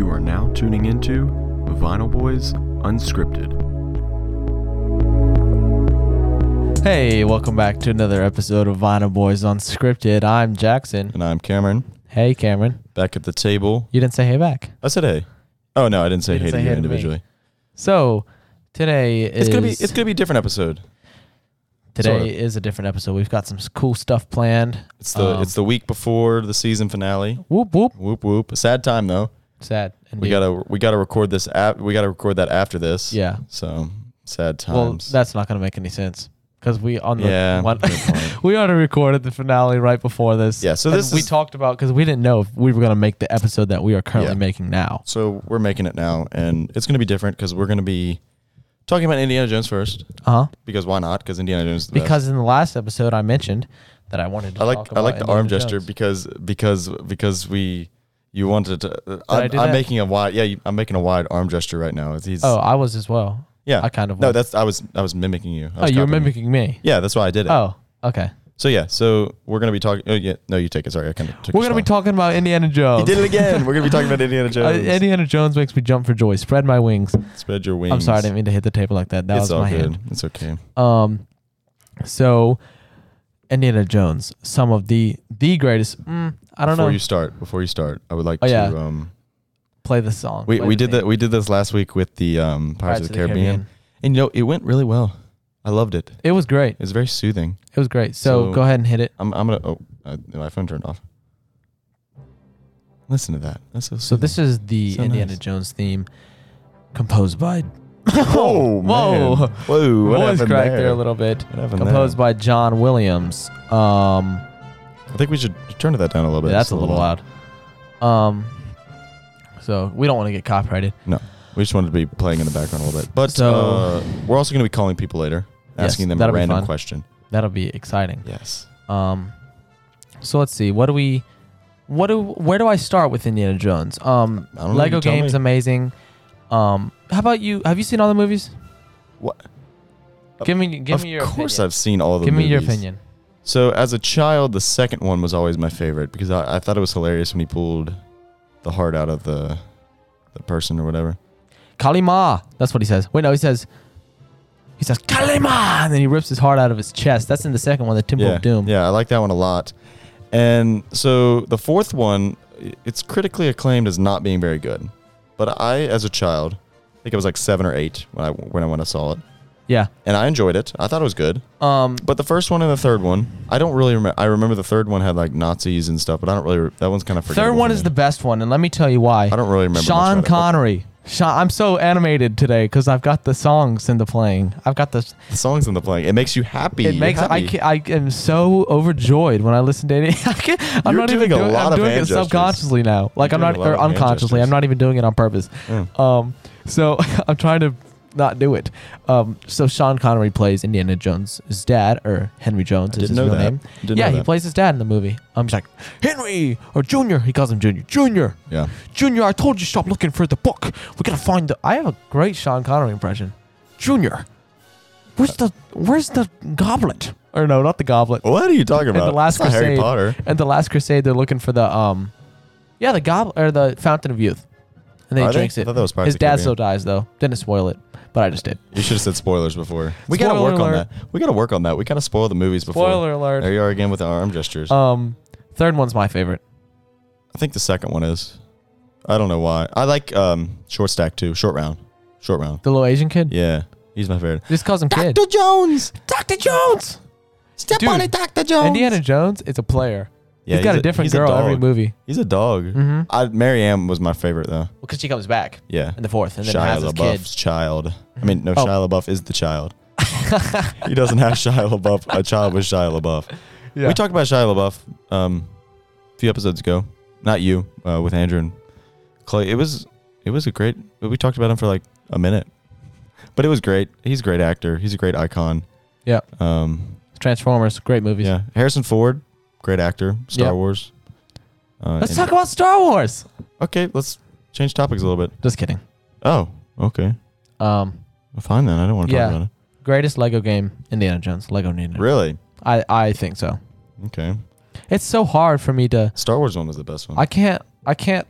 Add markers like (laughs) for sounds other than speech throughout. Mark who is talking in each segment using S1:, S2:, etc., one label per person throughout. S1: tuning into Vinyl Boys Unscripted.
S2: Hey, welcome back to another episode of Vinyl Boys Unscripted. I'm Jackson.
S3: And I'm Cameron,
S2: Hey, Cameron.
S3: back at the table.
S2: You didn't say hey back.
S3: I said hey. Oh no, I didn't say
S2: You didn't
S3: hey
S2: say
S3: to you
S2: hey to me.
S3: individually.
S2: So today is
S3: It's gonna be it's gonna be a different episode.
S2: today
S3: sort of.
S2: is a different episode. We've got some s- cool stuff planned.
S3: It's the
S2: Um,
S3: it's the week before the season finale.
S2: Whoop whoop.
S3: Whoop whoop. A sad time though.
S2: Sad. Indeed.
S3: We gotta we gotta record this app. We gotta record that after this.
S2: Yeah.
S3: So sad
S2: Well,
S3: times.
S2: that's not gonna make any sense because we on the
S3: yeah.
S2: one. (laughs)
S3: good point.
S2: We already recorded the finale right before this.
S3: Yeah, so
S2: And
S3: this
S2: we
S3: is-
S2: talked about because we didn't know if we were gonna make the episode that we are currently
S3: Yeah.
S2: making now.
S3: so we're making it now, and it's gonna be different because we're gonna be talking about Indiana Jones first
S2: Uh huh.
S3: because why not? Because Indiana Jones. Is the best.
S2: Because in the last episode, I mentioned that I wanted to.
S3: I
S2: talk
S3: like I
S2: about
S3: like the
S2: Indiana
S3: arm gesture
S2: Jones.
S3: because because because we you wanted to.
S2: I
S3: I'm,
S2: do
S3: I'm
S2: that?
S3: making a wide yeah you- I'm making a wide arm gesture right now. He's
S2: Oh, I was as well.
S3: yeah
S2: I kind of
S3: no
S2: was.
S3: that's I was I was mimicking you. I
S2: Oh,
S3: was
S2: you were
S3: copying
S2: mimicking me.
S3: Yeah, that's why I did it.
S2: Oh, okay.
S3: So yeah, so we're gonna be talking. Oh yeah, no, you take it. Sorry, I kind of took.
S2: We're
S3: your
S2: gonna be
S3: spot.
S2: talking about Indiana
S3: You
S2: Jones.
S3: did it again. we're gonna be talking about Indiana
S2: (laughs) Uh,
S3: Jones.
S2: Indiana Jones makes me jump for joy. Spread my wings.
S3: Spread your wings.
S2: I'm sorry, I didn't mean to hit the table like that. That
S3: it's
S2: was
S3: all
S2: my
S3: good.
S2: hand.
S3: It's okay.
S2: Um, so Indiana Jones, some of the the greatest. Mm, I don't
S3: before
S2: know.
S3: you start, before you start, I would like
S2: Oh,
S3: to.
S2: yeah.
S3: Um,
S2: play the song.
S3: we
S2: play
S3: we
S2: the
S3: did
S2: theme.
S3: that. We did this last week with the um, Pirates, of the, Caribbean. and you know it went really well. I loved it.
S2: It was great.
S3: It's very soothing.
S2: It was great. So,
S3: So-
S2: go ahead and hit it.
S3: I'm, I'm gonna. Oh, uh, my phone turned off. Listen to that. That's so.
S2: So this is the
S3: Hmm. So
S2: Indiana
S3: nice.
S2: Jones theme, composed by.
S3: (laughs) Oh,
S2: whoa!
S3: man. Whoa! What
S2: Voice
S3: happened
S2: crack
S3: there?
S2: there? a little bit.
S3: What happened
S2: Composed
S3: there?
S2: by John Williams. Um,
S3: I think we should turn that down a little bit.
S2: yeah, that's a
S3: just
S2: little loud. Um, so we don't want to get copyrighted.
S3: No, we just wanted to be playing in the background a little bit. But
S2: So-
S3: uh, we're also gonna be calling people later,
S2: Yes,
S3: asking them a
S2: that'll be
S3: random
S2: fun.
S3: question.
S2: That'll be exciting.
S3: Yes.
S2: Um, so let's see. What do we? What do? Where do I start with Indiana Jones? Um,
S3: I don't know,
S2: Lego
S3: you tell
S2: games
S3: me.
S2: amazing. Um, how about you? Have you seen all the movies?
S3: What?
S2: Give me, give
S3: of
S2: me your.
S3: course,
S2: opinion.
S3: I've seen all of the
S2: Give me your
S3: movies.
S2: opinion.
S3: So as a child, the second one was always my favorite because I, I thought it was hilarious when he pulled the heart out of the the person or whatever.
S2: Kalima. That's what he says. Wait, no, he says. He says Kalima, and then he rips his heart out of his chest. That's in the second one, the Temple
S3: yeah,
S2: of Doom.
S3: Yeah, I like that one a lot. And so the fourth one, i- it's critically acclaimed as not being very good. But I, as a child, I think I was like seven or eight when I when I went and saw it,
S2: Yeah.
S3: and I enjoyed it. I thought it was good.
S2: Um,
S3: But the first one and the third one, I don't really remember. I remember the third one had like Nazis and stuff, but I don't really. Re- that one's kind of
S2: third one is the best one, and let me tell you why.
S3: I don't really remember. much
S2: Sean
S3: about it.
S2: Connery. Sean, I'm so animated today because I've got the songs in the playing. I've got the.
S3: The songs in the playing, it makes you happy.
S2: It makes
S3: You're
S2: I,
S3: happy.
S2: ca- I am so overjoyed when I listen to any. (laughs) I can't- I'm
S3: You're
S2: not even
S3: doing a
S2: doing.
S3: lot
S2: I'm
S3: of
S2: doing it
S3: hand gestures.
S2: subconsciously now. Like
S3: You're
S2: I'm not
S3: doing a lot
S2: or
S3: of hand
S2: unconsciously. I'm
S3: gestures. Mm.
S2: not even doing it on purpose. Um, so (laughs) I'm trying to not do it. Um, so Sean Connery plays Indiana Jones' dad, or Henry Jones is
S3: didn't
S2: his
S3: know
S2: real
S3: that.
S2: name.
S3: Didn't
S2: yeah,
S3: know
S2: he
S3: that.
S2: plays his dad in the movie. I'm just like Henry or Junior. He calls him Junior. Junior,
S3: Yeah.
S2: Junior. I told you stop looking for the book. We gotta find the. I have a great Sean Connery impression. Junior, where's the where's the goblet? Or no, not the goblet.
S3: What are you talking
S2: And
S3: about?
S2: the last
S3: It's not Harry
S2: Crusade.
S3: Potter.
S2: At the Last Crusade, they're looking for the um, yeah, the goblet or the Fountain of Youth, and then
S3: Are
S2: he
S3: they?
S2: drinks
S3: I
S2: it.
S3: thought that was Pirates
S2: His
S3: of the
S2: dad
S3: Caribbean.
S2: still dies though. Didn't spoil it, but I just did.
S3: You should have said spoilers before. We gotta
S2: Spoiler
S3: work on
S2: alert.
S3: that. We gotta work on that. We gotta spoil the movies before.
S2: Spoiler alert.
S3: There you are again with the arm gestures.
S2: Um, third one's my favorite.
S3: I think the second one is. I don't know why. I like um short stack too. Short round. Short round.
S2: The little Asian kid.
S3: Yeah, he's my favorite.
S2: Just calls him kid.
S3: Jones,
S2: Doctor Jones.
S3: step
S2: Dude.
S3: Doctor Jones.
S2: Indiana Jones is a player.
S3: Yeah,
S2: he's got
S3: he's
S2: a different
S3: he's a
S2: girl every
S3: dog.
S2: movie.
S3: He's a dog.
S2: Mm-hmm. Well,
S3: I, Mary Ann was my favorite though.
S2: because she comes back
S3: Yeah.
S2: in the fourth, and then
S3: Shia
S2: has his kid.
S3: LaBeouf's child. I mean, no,
S2: Oh.
S3: Shia LaBeouf is
S2: (laughs)
S3: the child. he doesn't have Shia LaBeouf. A child with Shia LaBeouf.
S2: Yeah.
S3: We talked about Shia LaBeouf um, a few episodes ago. Not you, uh, with Andrew and Clay. It was it was a great. We talked about him for like a minute, but it was great. He's a great actor. He's a great icon.
S2: Yeah.
S3: Um.
S2: Transformers, great movies.
S3: Yeah. Harrison Ford, great actor. Star
S2: Yeah.
S3: Wars. Uh,
S2: Let's
S3: and-
S2: talk about Star Wars.
S3: Okay, let's change topics a little bit.
S2: Just kidding.
S3: Oh, okay.
S2: Um,
S3: Well, fine then. I don't want to
S2: Yeah.
S3: talk about it.
S2: greatest Lego game, Indiana Jones. Lego Indiana.
S3: Really?
S2: I I think so.
S3: Okay.
S2: It's so hard for me to.
S3: Star Wars one was the best one.
S2: I can't. I can't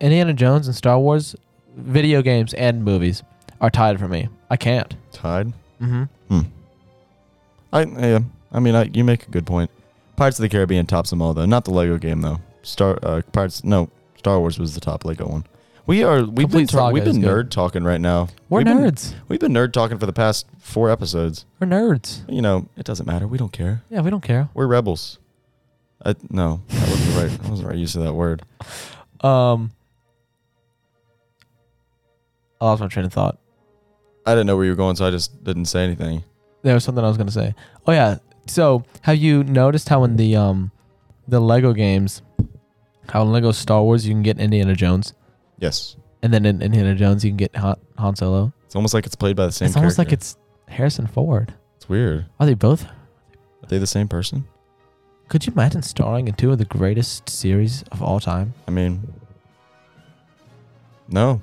S2: Indiana Jones and Star Wars, video games and movies are tied for me. I can't.
S3: Tied.
S2: Mm-hmm.
S3: Hmm. I yeah. I mean, I, you make a good point. Pirates of the Caribbean tops them all, though. Not the Lego game, though. Star uh, Pirates. No, Star Wars was the top Lego one. We are we've been
S2: Complete
S3: ta-
S2: Saga
S3: we've
S2: is
S3: been
S2: good.
S3: nerd talking right now.
S2: We're
S3: We've been-
S2: nerds.
S3: We've been nerd talking for the past four episodes.
S2: We're nerds.
S3: You know, it doesn't matter. We don't care.
S2: Yeah, we don't care.
S3: We're rebels. I, no, that wasn't the right. That wasn't the right use of that word.
S2: Um, I lost my train of thought.
S3: I didn't know where you were going, so I just didn't say anything.
S2: There was something I was gonna say. Oh yeah. So have you noticed how in the um, the Lego games, how in Lego Star Wars you can get Indiana Jones,
S3: Yes,
S2: and then in Indiana Jones you can get Han, Han Solo.
S3: it's almost like it's played by the same.
S2: it's almost like
S3: character.
S2: it's Harrison Ford.
S3: It's weird.
S2: Are they both?
S3: Are they the same person?
S2: Could you imagine starring in two of the greatest series of all time?
S3: I mean,
S2: (laughs)
S3: no.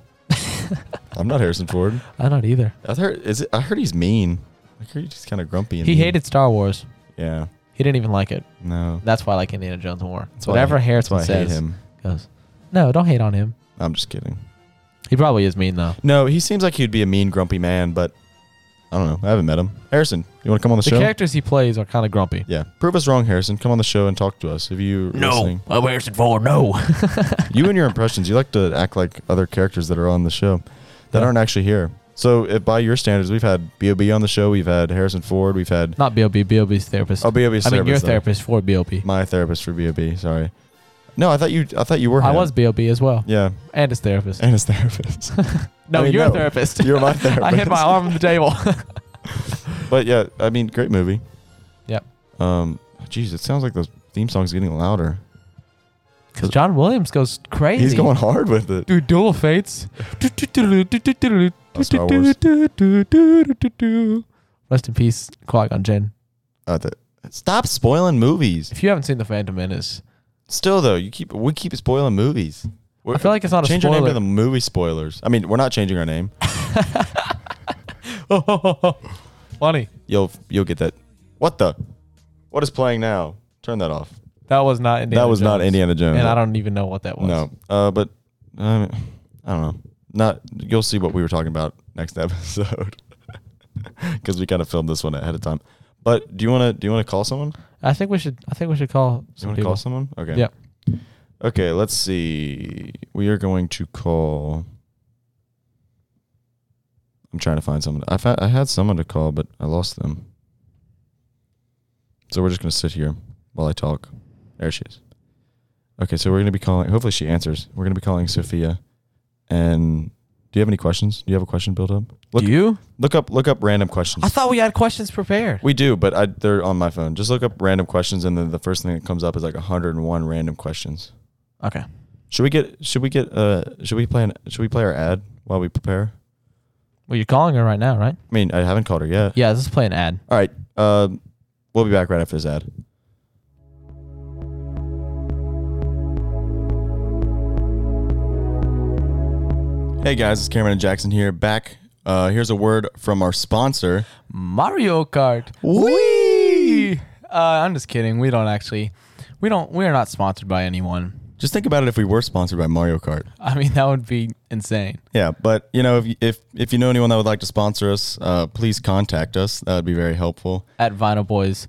S3: I'm not Harrison Ford.
S2: I'm not either.
S3: I heard is it, I heard he's mean. I heard he's kind of grumpy. And
S2: He
S3: mean.
S2: hated Star Wars.
S3: Yeah.
S2: He didn't even like it.
S3: No.
S2: That's why I like Indiana Jones more.
S3: That's why I
S2: Whatever
S3: hate- That's
S2: Harrison
S3: why I hate
S2: says
S3: him.
S2: goes. No, don't hate on him.
S3: I'm just kidding.
S2: He probably is mean though.
S3: No, he seems like he'd be a mean, grumpy man, but I don't know. I haven't met him. Harrison, you want to come on the,
S2: The
S3: show?
S2: characters he plays are kind of grumpy.
S3: yeah. Prove us wrong, Harrison. Come on the show and talk to us. If you listening,
S2: I'm Harrison Ford. No.
S3: you and your impressions, you like to act like other characters that are on the show that
S2: Yeah.
S3: aren't actually here. So, if by your standards, we've had Bob on the show, we've had Harrison Ford, we've had
S2: Not B.O.B. B.O.B.'s therapist.
S3: oh Bob.
S2: I mean, your therapist for B.O.B.
S3: My therapist for Bob. Sorry. No, I thought you. I thought you were.
S2: I
S3: him.
S2: was B.O.B. as well.
S3: Yeah, (laughs)
S2: And his therapist.
S3: and
S2: (laughs)
S3: his therapist.
S2: No,
S3: I mean,
S2: you're a
S3: no.
S2: therapist.
S3: You're my
S2: (laughs)
S3: therapist.
S2: I hit my arm on the
S3: (laughs)
S2: table.
S3: But yeah, I mean, great movie.
S2: Yep.
S3: Um, jeez, it sounds like the theme song's getting louder.
S2: Because John Williams goes crazy.
S3: He's going hard with it.
S2: Do Duel of Fates.
S3: Oh, Star Wars.
S2: Rest in peace, Qui Gon Jinn.
S3: Uh, the- stop spoiling movies.
S2: If you haven't seen The Phantom Menace,
S3: Still though, you keep we keep spoiling movies. We're,
S2: I feel like it's not a
S3: change
S2: spoiler.
S3: your name to the movie spoilers. I mean, we're not changing our name.
S2: (laughs) Funny.
S3: You'll you'll get that. What the? What is playing now? Turn that off.
S2: That was not Indiana.
S3: that was not
S2: Jones.
S3: Indiana Jones.
S2: And I don't even know what that was.
S3: No. Uh, but uh, I don't know. Not you'll see what we were talking about next (laughs) episode because we kind of filmed this one ahead of time. But do you want to do you want to call someone? Do
S2: I think we should. I think we should call
S3: you
S2: some
S3: want to call
S2: people.
S3: someone? Okay.
S2: Yep.
S3: Okay. Let's see. We are going to call. I'm trying to find someone. I fa- I had someone to call, but I lost them. So we're just gonna sit here while I talk. There she is. Okay, so we're gonna be calling. Hopefully, she answers. We're gonna be calling Sophia. And do you have any questions? Do you have a question built up? Look,
S2: Do you?
S3: look up, look up random questions.
S2: I thought we had questions prepared.
S3: we do, but I, they're on my phone. Just look up random questions, and then the first thing that comes up is like 101 random questions.
S2: Okay.
S3: Should we get? Should we get? Uh, should we play? An, should we play our ad while we prepare?
S2: Well, you're calling her right now, right?
S3: I mean, I haven't called her yet.
S2: Yeah. Let's play an ad.
S3: All right. Um, we'll be back right after this ad. Hey guys, it's Cameron and Jackson here. Back. Uh, here's a word from our sponsor.
S2: Mario Kart.
S3: Wee.
S2: (laughs) Uh, I'm just kidding. We don't actually. We don't. We are not sponsored by anyone.
S3: Just think about it if we were sponsored by Mario Kart.
S2: I mean, that would be insane.
S3: Yeah, but you know, if if if you know anyone that would like to sponsor us, uh, please contact us. That would be very helpful.
S2: At Vinyl Boys.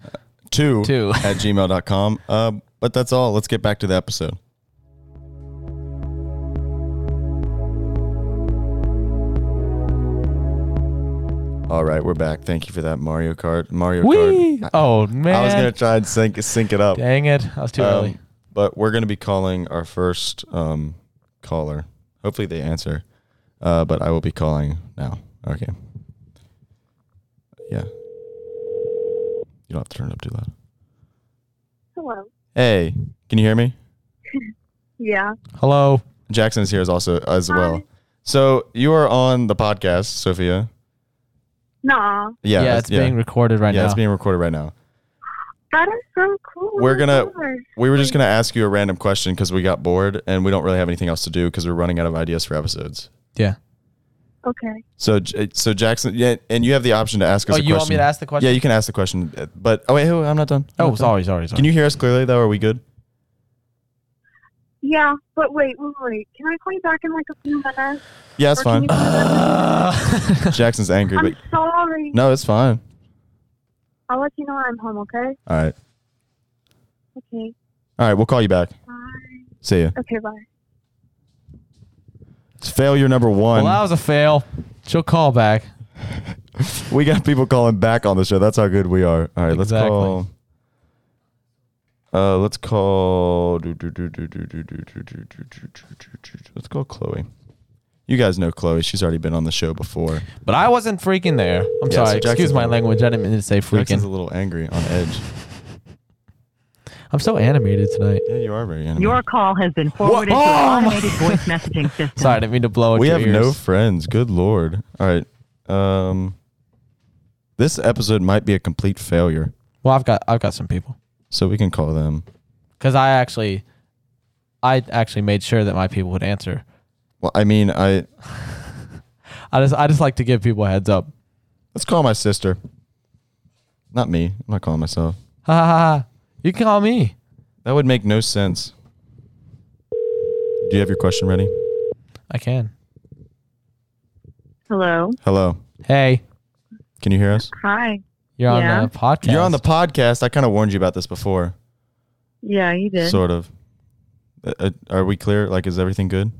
S3: Two, (laughs)
S2: Two.
S3: at gmail.com. Uh, but that's all. Let's get back to the episode. All right, we're back. Thank you for that Mario Kart. Mario
S2: Wee.
S3: Kart.
S2: Oh man.
S3: I was gonna try and sync sync it up,
S2: Dang it! I was too
S3: Um,
S2: early.
S3: but we're gonna be calling our first um, caller. Hopefully they answer, uh, but I will be calling now. Okay. Yeah. You don't have to turn it up too loud.
S4: Hello.
S3: Hey, can you hear me?
S4: Yeah.
S2: Hello.
S3: Jackson is here as also as
S4: Hi.
S3: well. So you are on the podcast, Sophia.
S4: Nah,
S3: Yeah,
S2: yeah,
S3: that's-
S2: it's being recorded right
S3: yeah,
S2: now.
S3: it's being recorded right now.
S4: that is so cool. Oh
S3: We're gonna-
S4: Gosh.
S3: We were just gonna ask you a random question because we got bored and we don't really have anything else to do because we're running out of ideas for episodes.
S4: Okay.
S3: So, J- so Jackson, yeah, and you have the option to ask us.
S2: oh,
S3: a
S2: you
S3: question.
S2: want me to ask the question?
S3: Yeah, you can ask the question, uh, but oh wait, oh, I'm not done.
S2: Oh,
S3: I'm not done.
S2: sorry, sorry, sorry.
S3: Can you hear us clearly though? Are we good?
S4: Yeah, but wait, wait, wait. Can I call you back in like a few minutes?
S3: Yeah, it's
S4: Or can
S3: fine. (laughs)
S4: you- (laughs)
S3: Jackson's angry, but
S4: I'm sorry.
S3: no, it's fine.
S4: I'll let you know when I'm home, okay?
S3: All right.
S4: Okay.
S3: All right, we'll call you back.
S4: Bye.
S3: See ya.
S4: Okay, bye.
S3: It's failure number one.
S2: well, that was a fail. She'll call back.
S3: we got people calling back on the show. That's how good we are. All right, let's
S2: Exactly.
S3: call. Uh, let's call. do, do, do, do, do, do, do, do, do, do, do, do, do. Let's call Chloe. You guys know Chloe. She's already been on the show before.
S2: But I wasn't freaking there. I'm
S3: Yeah, so
S2: sorry.
S3: Jackson's-
S2: Excuse my language. I didn't mean to say
S3: Jackson's a
S2: freaking.
S3: little angry on edge.
S2: I'm so animated tonight.
S3: Yeah, you are very animated.
S5: Your call has been forwarded to
S2: Oh,
S5: an
S2: my-
S5: automated voice messaging system.
S2: Sorry, I didn't mean to blow. at
S3: we
S2: your
S3: have no
S2: ears.
S3: friends. Good lord. All right. Um, this episode might be a complete failure,
S2: Well, I've got I've got some people
S3: so we can call them.
S2: because I actually, I actually made sure that my people would answer.
S3: Well, I mean, I
S2: I just I just like to give people a heads up. (laughs)
S3: let's call my sister. Not me. I'm not calling myself.
S2: Ha ha ha! ha. You can call me.
S3: That would make no sense. Do you have your question ready?
S2: I can.
S4: Hello.
S3: Hello.
S2: Hey,
S3: Can you hear us?
S4: Hi.
S2: you're on
S4: Yeah.
S2: the podcast.
S3: You're on the podcast. I kind of warned you about this before,
S4: Yeah, you did.
S3: sort of. Uh, uh, are we clear? Like, is everything good?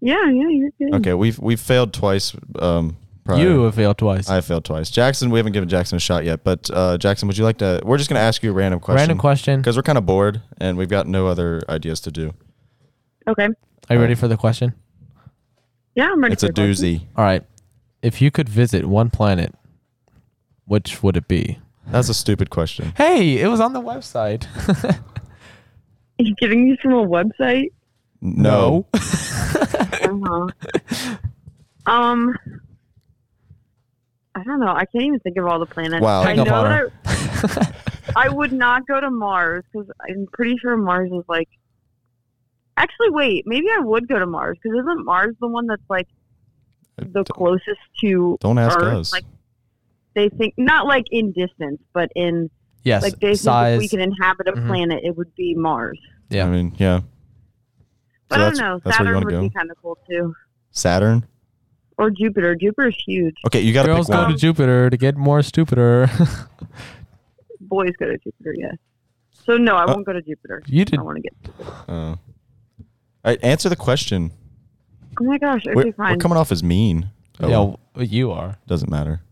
S4: yeah, yeah, you did.
S3: Okay, we've we've failed twice. Um, prior.
S2: You have failed twice.
S3: I failed twice. Jackson, we haven't given Jackson a shot yet, but uh, Jackson, would you like to? We're just gonna ask you a random question.
S2: Random question.
S3: Because we're kind of bored and we've got no other ideas to do.
S4: Okay.
S2: Are you ready for the question?
S4: Yeah, I'm ready.
S3: It's a
S4: for your question.
S3: doozy.
S2: All right. If you could visit one planet, which would it be?
S3: That's a stupid question.
S2: Hey, it was on the website. (laughs)
S4: Are (laughs) you getting these from a website?
S3: No.
S4: Uh-huh. um, I don't know. I can't even think of all the planets.
S3: Wow.
S4: I
S2: Hang up
S4: know
S2: on her.
S4: that I, I would not go to Mars because I'm pretty sure Mars is like. Actually, wait. Maybe I would go to Mars because isn't Mars the one that's like the closest to?
S3: Uh, Don't ask
S4: Earth,
S3: us.
S4: like- They think not like in distance, but in
S2: yes.
S4: like they think if we
S2: size.
S4: could inhabit a
S2: Mhm.
S4: planet, it would be Mars.
S2: Yeah.
S3: I mean, yeah.
S4: But
S3: So
S4: I
S3: that's-
S4: don't know.
S3: that's where you
S4: Saturn
S3: wanna
S4: would
S3: go?
S4: be kind of cool too,
S3: Saturn.
S4: or Jupiter. Jupiter's huge.
S3: Okay, you got to
S2: Girls
S3: pick
S2: go
S3: one.
S2: to Jupiter to get more stupider. (laughs)
S4: boys go to Jupiter, yes. So no,
S3: Uh,
S4: I won't go to Jupiter.
S2: you did.
S4: I want to get.
S3: Oh. All right, answer the question.
S4: Oh my gosh. Okay,
S3: We're, we're
S4: fine.
S3: coming off as mean. Oh,
S2: yeah,
S3: well,
S2: w- you are.
S3: doesn't matter.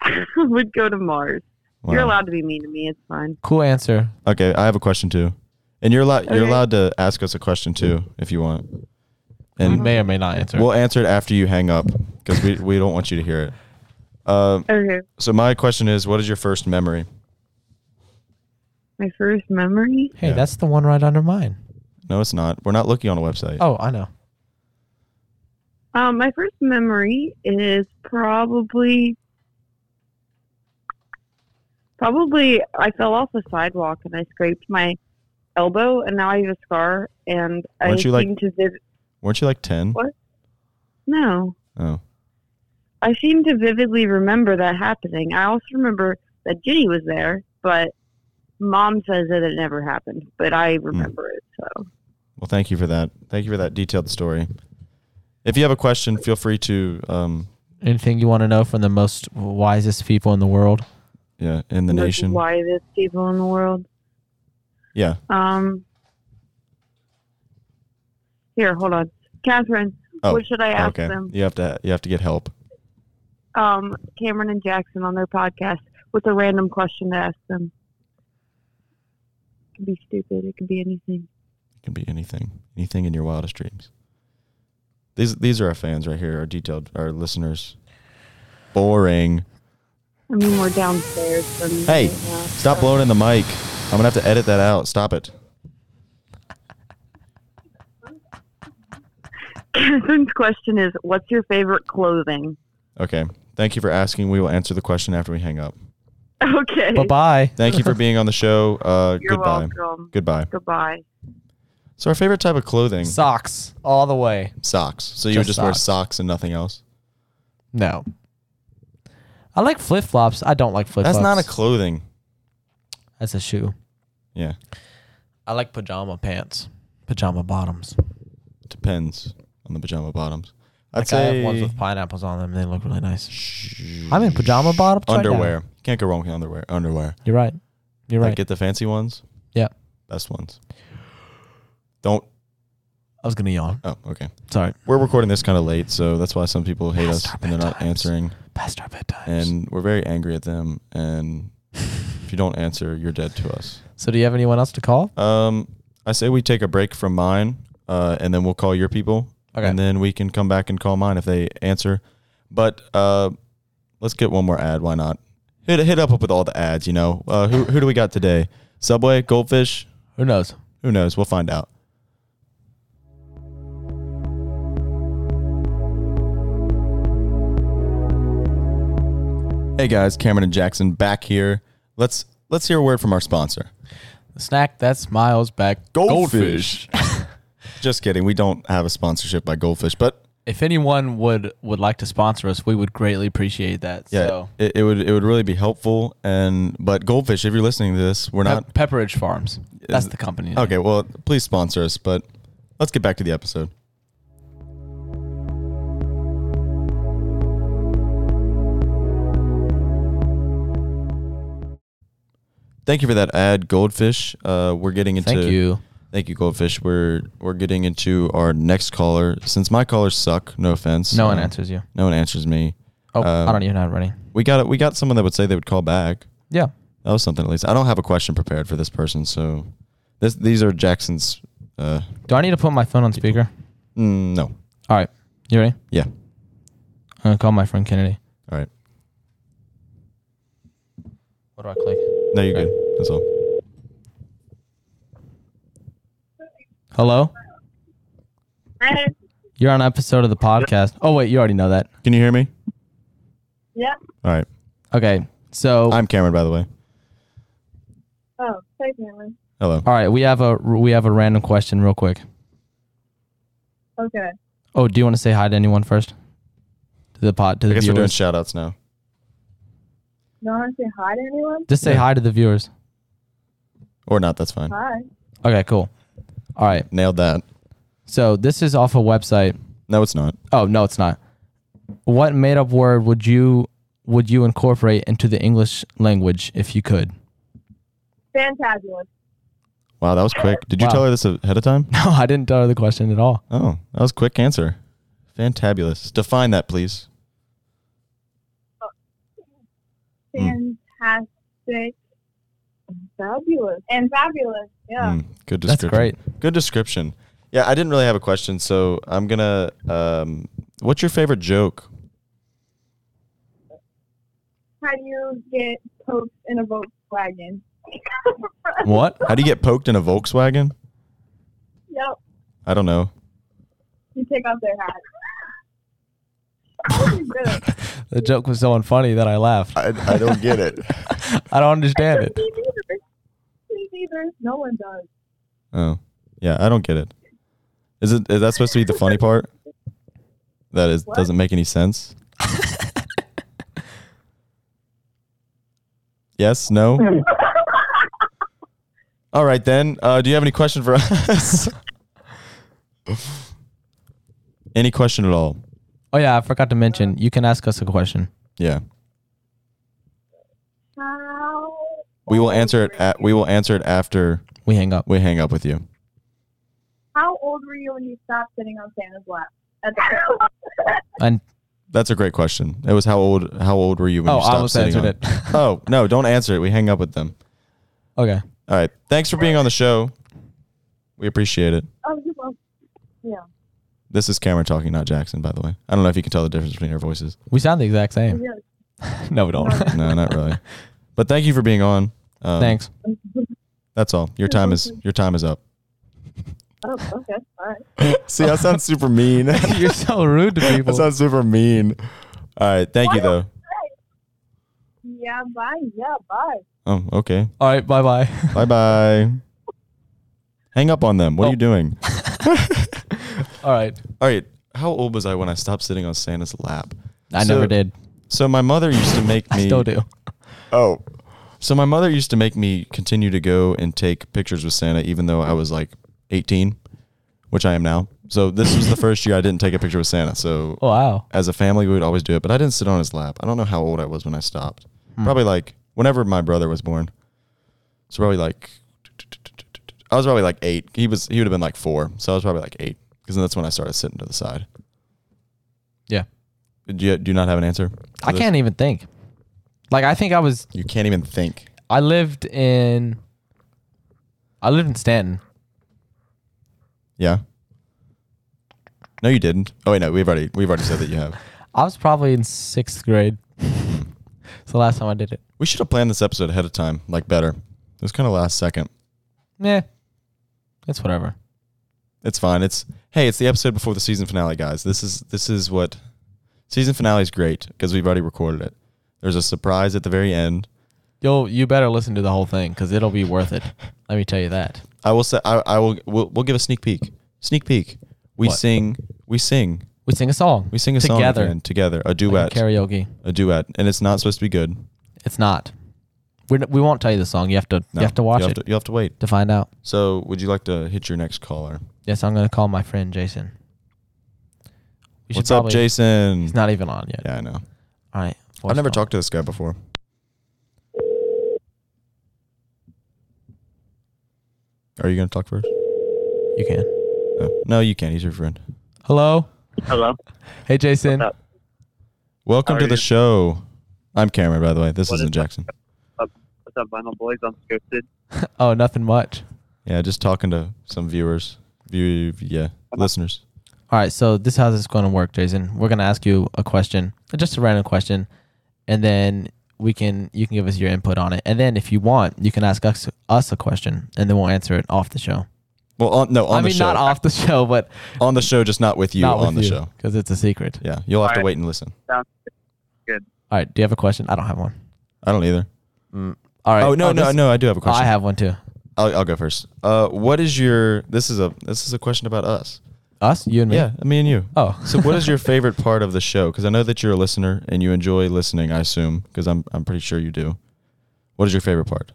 S4: I (laughs) would go to Mars. You're
S3: Wow.
S4: allowed to be mean to me. It's fine.
S2: Cool answer.
S3: Okay, I have a question too, and you're allowed. You're
S4: Okay.
S3: allowed to ask us a question too if you want,
S4: Uh-huh.
S2: You
S3: and
S2: may or may not answer.
S3: we'll answer it after you hang up because we we don't want you to hear it. Um,
S4: Okay.
S3: so my question is, what is your first memory?
S4: My first memory.
S2: hey,
S3: yeah.
S2: that's the one right under mine.
S3: No, it's not. We're not looking on a website.
S2: Oh, I know.
S4: Um, my first memory is probably. Probably I fell off the sidewalk and I scraped my elbow and now I have a scar and I
S3: Weren't you, like-
S4: seem to viv-
S3: Weren't you like ten?
S4: What? no
S3: Oh,
S4: I seem to vividly remember that happening. I also remember that Ginny was there, but mom says that it never happened, but I
S3: Hmm.
S4: remember it. So
S3: well, thank you for that. Thank you for that detailed story. If you have a question, feel free to um,
S2: Anything you want to know from the most wisest people in the world?
S3: yeah, in the
S4: Like,
S3: nation.
S4: why there's people in the world?
S3: Yeah.
S4: Um, here, hold on, Catherine.
S3: Oh,
S4: what should I ask
S3: okay.
S4: them?
S3: You have to you have to get help.
S4: Um, Cameron and Jackson on their podcast. What's a random question to ask them? It could be stupid. It could be anything.
S3: It can be anything, anything in your wildest dreams. These these are our fans right here, our detailed, our listeners. Boring.
S4: I mean, we're downstairs. From
S3: Hey,
S4: right now,
S3: stop
S4: so-
S3: blowing in the mic. I'm gonna have to edit that out. Stop it.
S4: Catherine's question is, "What's your favorite clothing?" (laughs)
S3: Okay. Thank you for asking. We will answer the question after we hang up.
S4: Okay.
S2: Bye bye.
S3: Thank you for being on the show.
S2: (laughs)
S3: Uh,
S4: You're
S3: goodbye.
S4: welcome.
S3: Goodbye.
S4: Goodbye.
S3: So our favorite type of clothing,
S2: Socks all the way.
S3: socks. So you would just
S2: Just
S3: wear
S2: socks.
S3: socks and nothing else.
S2: No. I like flip flops. I don't like flip flops.
S3: That's not a clothing.
S2: That's a shoe.
S3: Yeah.
S2: I like pajama pants. pajama bottoms.
S3: Depends on the pajama bottoms. I'd
S2: Like, I
S3: say
S2: have ones with pineapples on them. They look really nice.
S3: Shh.
S2: I'm in pajama bottoms. right now.
S3: underwear. Can't go wrong with underwear. Underwear.
S2: You're right. You're
S3: Like,
S2: right.
S3: get the fancy ones.
S2: Yeah.
S3: Best ones. Don't.
S2: I was gonna yawn.
S3: Oh, okay.
S2: Sorry.
S3: We're recording this kind of late, so that's why some people hate
S2: Past
S3: us
S2: our
S3: and they're not
S2: bedtimes.
S3: answering.
S2: Past our bedtimes.
S3: And we're very angry at them. And if you don't answer, you're dead to us.
S2: so, do you have anyone else to call?
S3: Um, I say we take a break from mine, uh, and then we'll call your people,
S2: Okay.
S3: and then we can come back and call mine if they answer. But uh, let's get one more ad. Why not? Hit hit up with all the ads. You know, uh, who who do we got today? Subway, Goldfish.
S2: Who knows?
S3: Who knows? We'll find out. Hey guys, Cameron and Jackson back here. Let's let's hear a word from our sponsor.
S2: Snack. That's Miles back.
S3: (laughs) Just kidding. We don't have a sponsorship by Goldfish, but
S2: If anyone would would like to sponsor us, we would greatly appreciate that.
S3: yeah,
S2: So,
S3: it, it would it would really be helpful. And but Goldfish, if you're listening to this, we're not Oh,
S2: Pep- Pepperidge Farms. That's the company. name.
S3: okay. Well, please sponsor us. But let's get back to the episode. Thank you for that ad, Goldfish. Uh, we're getting into
S2: Thank you.
S3: Thank you, Goldfish. We're we're getting into our next caller. Since my callers suck, no offense.
S2: No one
S3: uh,
S2: answers you.
S3: No one answers me.
S2: Oh,
S3: um,
S2: I don't even have it ready.
S3: We got we got someone that would say they would call back.
S2: Yeah.
S3: That was something at least. I don't have a question prepared for this person, so this these are Jackson's. Uh,
S2: Do I need to put my phone on speaker?
S3: mm, no,
S2: All right. You ready?
S3: yeah,
S2: I'm gonna call my friend Kennedy.
S3: all right.
S2: What do I click?
S3: No, you're good. That's all.
S2: Hello.
S4: Hey,
S2: You're on an episode of the podcast. Oh wait, you already know that.
S3: Can you hear me?
S4: yeah.
S3: All right.
S2: Okay. So
S3: I'm Cameron, by the way.
S4: Oh, hey, Cameron.
S3: Hello.
S2: all right, we have a we have a random question real quick.
S4: Okay.
S2: Oh, do you want to say hi to anyone first? To the pod to
S3: I
S2: the
S3: guess we're doing
S2: viewers.
S3: shout outs now.
S4: You want to say hi to anyone?
S2: Just say hi to the viewers.
S3: Or not, that's fine.
S4: Hi.
S2: Okay, cool. All right.
S3: Nailed that.
S2: So this is off a website.
S3: No, it's not.
S2: Oh no, it's not. What made up word would you would you incorporate into the English language if you could? (laughs)
S4: Fantabulous.
S3: Wow, that was quick. Did you
S2: Wow.
S3: tell her this ahead of time?
S2: No, I didn't tell her the question at all.
S3: Oh, that was quick answer. Fantabulous. Define that, please.
S4: Fantastic. Fabulous. And fabulous. Yeah.
S3: Mm, good
S2: That's
S3: description.
S2: great.
S3: Good description. Yeah, I didn't really have a question, so I'm gonna. Um, what's your favorite joke?
S4: How do you get poked in a Volkswagen? (laughs)
S2: What?
S3: How do you get poked in a Volkswagen?
S4: Yep.
S3: I don't know.
S4: You take off their hat. That was good.
S2: The joke was so unfunny that I laughed.
S3: I, I don't get it.
S2: I don't understand it.
S4: Me neither. Me neither. No one does.
S3: Oh, yeah, I don't get it. Is it is that supposed to be the funny part? That is
S4: What?
S3: doesn't make any sense. yes. No. All right then. Uh, do you have any question for us? any question at all?
S2: Oh yeah, I forgot to mention. You can ask us a question.
S3: Yeah.
S4: How?
S3: We will answer it. At, we will answer it after
S2: We hang up.
S3: we hang up with you.
S4: How old were you when you stopped sitting on Santa's lap? At the (laughs)
S2: And
S3: That's a great question. It was how old? How old were you when
S2: oh,
S3: you stopped
S2: I almost
S3: sitting
S2: answered
S3: on-
S2: it.
S3: Oh no! Don't answer it. We hang up with them.
S2: (laughs) okay.
S3: All right. Thanks for being on the show. We appreciate it.
S4: oh, you (laughs) both. Yeah.
S3: This is Cameron talking, not Jackson, by the way. I don't know if you can tell the difference between our voices.
S2: We sound the exact same.
S4: Really.
S2: (laughs) No, we don't.
S3: No, not
S2: (laughs)
S3: really. But thank you for being on. Um,
S2: Thanks.
S3: (laughs) That's all. Your time is your time
S2: (laughs)
S3: is up.
S4: Oh, okay. All right.
S3: See, I sound super mean. (laughs) that
S2: You're so rude to people.
S3: sounds super mean. All right. Thank you though.
S4: Yeah, bye. Yeah, bye.
S3: Oh, okay.
S2: All right. Bye bye.
S3: Bye bye. Hang up on them. What
S2: Oh.
S3: are you doing?
S2: (laughs) All right.
S3: All right. How old was I when I stopped sitting on Santa's lap?
S2: I
S3: So-
S2: never did.
S3: So my mother used to make me
S2: (laughs) I still
S3: (laughs)
S2: do.
S3: Oh. So my mother used to make me continue to go and take pictures with Santa even though I was like 18. which I am now. So this was the first year I didn't take a picture with Santa. So
S2: Oh, wow.
S3: as a family, we would always do it, but I didn't sit on his lap. I don't know how old I was when I stopped. Probably like whenever my brother was born. So probably like I was probably like eight. He was he would have been like four. So I was probably like eight because that's when I started sitting to the side.
S2: Yeah.
S3: Do you do you not have an answer? to
S2: I
S3: this?
S2: can't even think. Like I think I was
S3: You can't even think.
S2: I lived in I lived in Stanton.
S3: Yeah. No, you didn't. Oh wait, no, we've already we've already said that you have.
S2: I was probably in sixth grade. (laughs) it's the last time I did it.
S3: We should have planned this episode ahead of time, like better. It was kind of last second.
S2: Yeah. It's whatever.
S3: It's fine. It's hey, it's the episode before the season finale, guys. This is this is what season finale is great because we've already recorded it. There's a surprise at the very end.
S2: Yo, you better listen to the whole thing because it'll be worth
S3: (laughs)
S2: it. Let me tell you that.
S3: I will say I, I will we'll, we'll give a sneak peek. Sneak peek. We
S2: What?
S3: sing. We sing.
S2: We sing a song.
S3: We sing a song at the
S2: together.
S3: end, together. A
S2: like
S3: duet.
S2: a karaoke.
S3: a duet, and it's not supposed to be good.
S2: It's not. We're, n- we won't tell you the song. You have to you
S3: No,
S2: have to watch
S3: you'll
S2: it
S3: Have to, you'll have to wait.
S2: to find out.
S3: So, would you like to hit your next caller?
S2: Yes, I'm gonna call my friend Jason. We should
S3: What's up,
S2: probably-
S3: Jason?
S2: He's not even on yet.
S3: yeah, I know.
S2: All right.
S3: I've never talked to this guy before. Are you gonna talk first?
S2: You can.
S3: No, no you can't. He's your friend.
S2: Hello.
S6: Hello.
S2: Hey, Jason.
S6: What's
S3: Welcome
S6: How
S3: to
S6: are
S3: the
S6: you?
S3: show. I'm Cameron, by the way. This
S6: What
S3: isn't
S6: is up?
S3: Jackson.
S6: What's up, Vinyl Boys? I'm scripted.
S2: Oh, nothing much.
S3: Yeah, just talking to some viewers, view, yeah,
S6: Uh-huh.
S3: listeners.
S2: All right. So this is how this is going to work, Jason. We're going to ask you a question, just a random question, and then we can you can give us your input on it. And then if you want, you can ask us us a question, and then we'll answer it off the show.
S3: Well, on, no, on
S2: I
S3: the
S2: mean,
S3: show,
S2: not off the show, but
S3: on the show, just not with you
S2: not with
S3: on the
S2: you,
S3: show.
S2: because it's a secret.
S3: Yeah, you'll have to
S6: Alright.
S3: wait and listen.
S2: All right. Do you have a question? I don't have one.
S3: I don't either.
S2: All right.
S3: Oh no, no,
S2: this-
S3: no, I do have a
S2: oh,
S3: question.
S2: I have one too.
S3: I'll, I'll go first. Uh, what is your? This is a this is a question about us.
S2: Us, you and me.
S3: Yeah, me and you.
S2: Oh.
S3: so what
S2: (laughs)
S3: is your favorite part of the show? Because I know that you're a listener and you enjoy listening. I assume because I'm I'm pretty sure you do. What is your favorite part?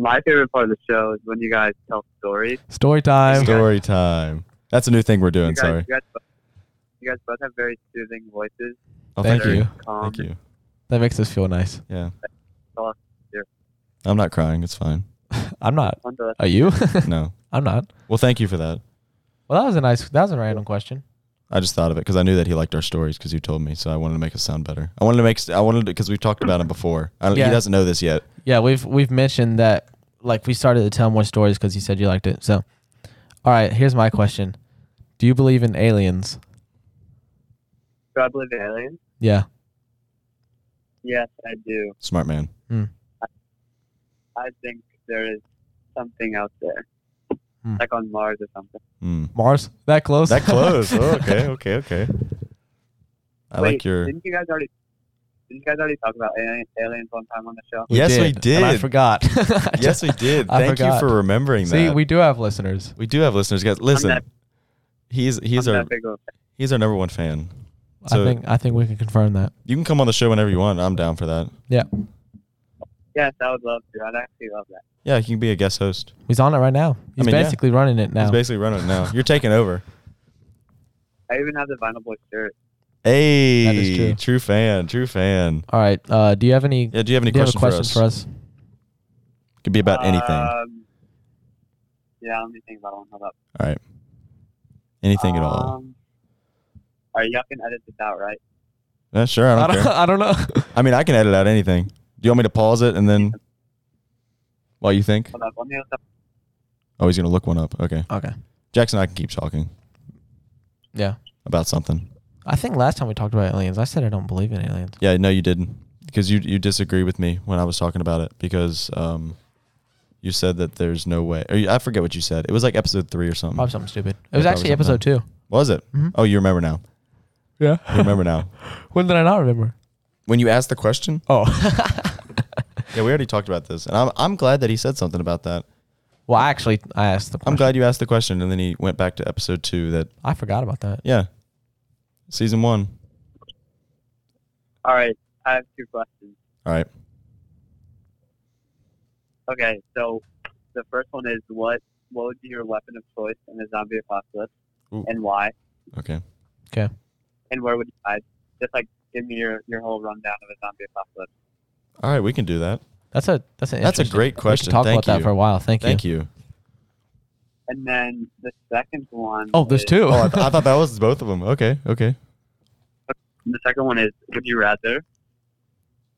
S6: My favorite part of the show is when you guys tell stories.
S2: Story time.
S3: Story time. That's a new thing we're doing.
S6: you guys,
S3: sorry.
S6: You guys, both, you guys both have very soothing voices.
S3: Oh,
S2: Thank
S6: Very
S2: you.
S6: Calm.
S3: Thank you.
S2: That makes us feel nice.
S3: Yeah.
S6: Oh, dear.
S3: I'm not crying. It's fine.
S2: I'm not.
S6: Fun to-
S2: Are you? (laughs)
S3: No.
S2: I'm not.
S3: Well, thank you for that.
S2: Well, that was a nice. That was a random question.
S3: I just thought of it because I knew that he liked our stories because you told me. So I wanted to make it sound better. I wanted to make. I wanted because we've talked about him before. I don't,
S2: Yeah.
S3: He doesn't know this yet.
S2: Yeah, we've we've mentioned that like we started to tell more stories because you said you liked it. So, all right, here's my question: Do you believe in aliens?
S6: Do I believe in aliens?
S2: Yeah.
S6: Yes, I do.
S3: Smart man.
S6: I think there is something out there,
S2: Hmm.
S6: like on Mars or something.
S2: (laughs)
S3: Mm.
S2: Mars that close? (laughs)
S3: That close. oh, okay. Okay. Okay. I
S6: Wait,
S3: like your.
S6: Didn't you guys already? Didn't you guys already talk about alien, aliens one time on the show?
S3: Yes, we
S2: and I
S3: did.
S2: forgot. (laughs) I
S3: (laughs) Yes,
S2: just-
S3: we did.
S2: I
S3: Thank
S2: forgot.
S3: you for remembering
S2: See,
S3: that.
S2: we do have listeners.
S3: we do have listeners, guys. Listen,
S6: that-
S3: he's he's
S6: I'm
S3: our
S6: that big of a-
S3: he's our number one fan.
S2: I
S3: So-
S2: think I think we can confirm that.
S3: You can come on the show whenever you want. I'm down for that.
S6: Yes, I would love to. I'd actually love that.
S3: Yeah, you can be a guest host.
S2: He's on it right now. He's
S3: mean, yeah.
S2: basically running it now.
S3: He's basically running it now. You're
S2: (laughs)
S3: taking over.
S6: I even have the Vinyl Boys shirt.
S3: Hey,
S2: is true.
S3: fan, true fan.
S2: all right. Uh, do you have any?
S3: Yeah, do you have any
S2: do you have a
S3: questions
S2: question
S3: for us? Could be about anything,
S6: Um, yeah, let me think about one. Hold up.
S3: anything at all.
S6: Um, all right, y'all can edit this out, right?
S3: Yeah, sure,
S2: (laughs)
S3: I
S2: I
S3: don't
S2: don't,
S3: care.
S2: I don't know.
S3: I mean, I can edit out anything. Do you want me to pause it and then while you think?
S6: Hold up. Let me look up.
S3: Oh, he's gonna look one up. Okay,
S2: okay.
S3: Jackson, I can keep talking
S2: Yeah.
S3: about something.
S2: I think last time we talked about aliens, I said I don't believe in aliens.
S3: Yeah, no, you didn't, because you you disagree with me when I was talking about it because um, you said that there's no way. Or you, I forget what you said. It was like episode three or something.
S2: Probably something stupid. It was
S3: probably
S2: actually
S3: something.
S2: episode two.
S3: Was it?
S2: Mhm.
S3: Oh, you remember now.
S2: Yeah.
S3: You remember now.
S2: when did I not remember?
S3: (laughs) When you asked the question,
S2: Oh.
S3: yeah, we already talked about this, and I'm I'm glad that he said something about that.
S2: Well, I actually, I asked the.
S3: I'm
S2: Question.
S3: glad you asked the question, and then he went back to episode two. That
S2: I forgot about that.
S3: yeah, season one.
S6: All right, I have two questions.
S3: All right.
S6: Okay, so the first one is what what would be your weapon of choice in a zombie apocalypse,
S3: Ooh.
S6: and why,
S3: Okay.
S6: and where would you hide? Just like give me your, your whole rundown of a zombie apocalypse.
S3: All right, we can do that.
S2: That's a that's an
S3: That's a
S2: interesting-
S3: great
S2: we could
S3: question.
S2: talk
S3: Thank
S2: about that
S3: you.
S2: for a while. Thank,
S3: Thank
S2: you.
S3: you.
S6: And then the second one.
S2: Oh, there's
S6: is-
S2: two.
S3: (laughs) Oh, I, th- I thought that was both of them. Okay. Okay.
S6: The second one is Would you rather?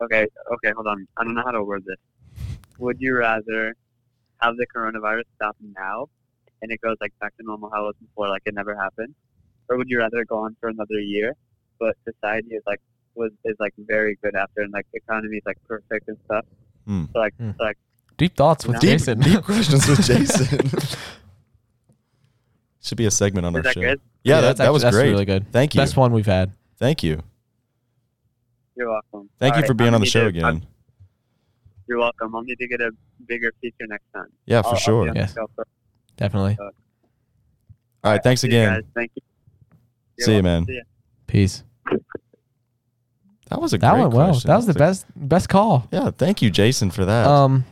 S6: Okay, okay, hold on. I don't know how to word this. Would you rather have the coronavirus stop now and it goes like back to normal how it was before, like it never happened? Or would you rather go on for another year, but society is like was is like very good after and like the economy is like perfect and stuff.
S3: Hmm.
S6: So like
S2: Hmm.
S6: so, like
S2: (laughs) Deep thoughts with
S6: No.
S3: Deep,
S2: Jason.
S6: (laughs)
S3: deep questions with Jason. Should be a segment on
S6: is
S3: our
S6: that
S3: show.
S6: good?
S3: Yeah, that, that
S2: actually-
S3: was
S2: that's
S3: great.
S2: really good.
S3: Thank you.
S2: Best one we've had.
S3: Thank you.
S6: You're welcome.
S3: Thank you
S6: Alright,
S3: for being
S6: I'll
S3: on the
S6: need
S3: show
S6: to-
S3: again.
S6: I'm- you're welcome. I'll need to get a bigger feature next time.
S3: yeah, for
S6: I'll- I'll be
S3: sure.
S6: on the
S2: Yes.
S6: show for-
S2: Definitely.
S3: All right. Thanks
S6: you
S3: again.
S6: guys. Thank you. You're
S3: See you, man.
S6: welcome. See ya.
S2: Peace.
S3: That was a
S2: That
S3: great
S2: went well.
S3: question.
S2: That was the
S3: That's
S2: best best call.
S3: a- Yeah. Thank you, Jason, for that.
S2: Um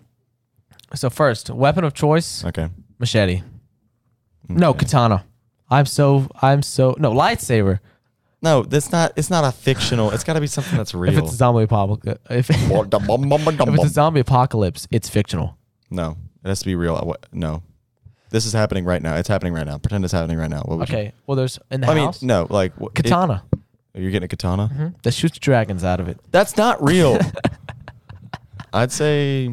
S2: so first, weapon of choice,
S3: okay.
S2: machete. No,
S3: Okay.
S2: katana. I'm so I'm so no lightsaber.
S3: no. That's not. It's not a fictional. It's got to be something that's
S2: (laughs)
S3: real.
S2: If it's a zombie apocalypse, uh, if, (laughs) if it's a zombie apocalypse, it's fictional.
S3: no, it has to be real. I- what- No, this is happening right now. It's happening right now. Pretend it's happening right now. What would you-
S2: Okay. Well, there's in the
S3: I mean,
S2: house
S3: no. Like wh- it-
S2: katana
S3: you're getting a katana.
S2: mhm, that shoots dragons out of it.
S3: That's not real. (laughs) I'd say,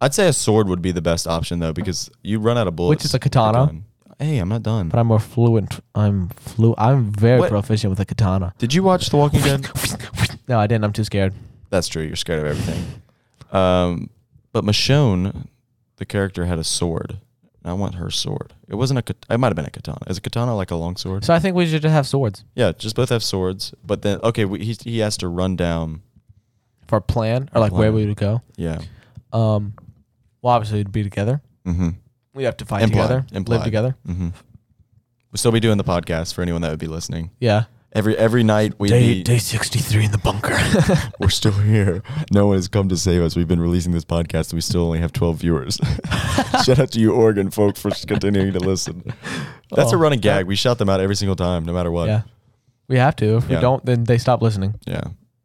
S3: I'd say a sword would be the best option though, because you run out of bullets.
S2: is a katana.
S3: gun. Hey, I'm not done.
S2: But I'm more fluent. I'm flu. I'm very
S3: What?
S2: proficient with a katana.
S3: Did you watch The Walking Dead?
S2: No, I didn't. I'm too scared.
S3: That's true. You're scared of everything. Um, but Michonne, the character, had a sword. And I want her sword. It wasn't a. kat- It might have been a katana. Is a katana like a long sword?
S2: So I think we should just have swords
S3: Yeah, just both have swords. But then, okay, we, he he has to run down.
S2: for a plan or like where
S3: Plan.
S2: we would go.
S3: Yeah.
S2: Um, well, obviously we'd be together.
S3: Mm-hmm.
S2: We have to fight
S3: Implied.
S2: together,
S3: Implied.
S2: live together.
S3: Mm-hmm. We'll still be doing the podcast for anyone that would be listening.
S2: Yeah.
S3: Every every night we be,
S2: sixty three in the bunker.
S3: we're still here. No one has come to save us. We've been releasing this podcast. and We still only have twelve viewers. (laughs) Shout out to you, Oregon folk, for continuing to listen. That's a
S2: Oh.
S3: running gag. We shout them out every single time, no matter what.
S2: yeah. (laughs) We have to. If
S3: Yeah.
S2: we don't, then they stop listening.
S3: Yeah.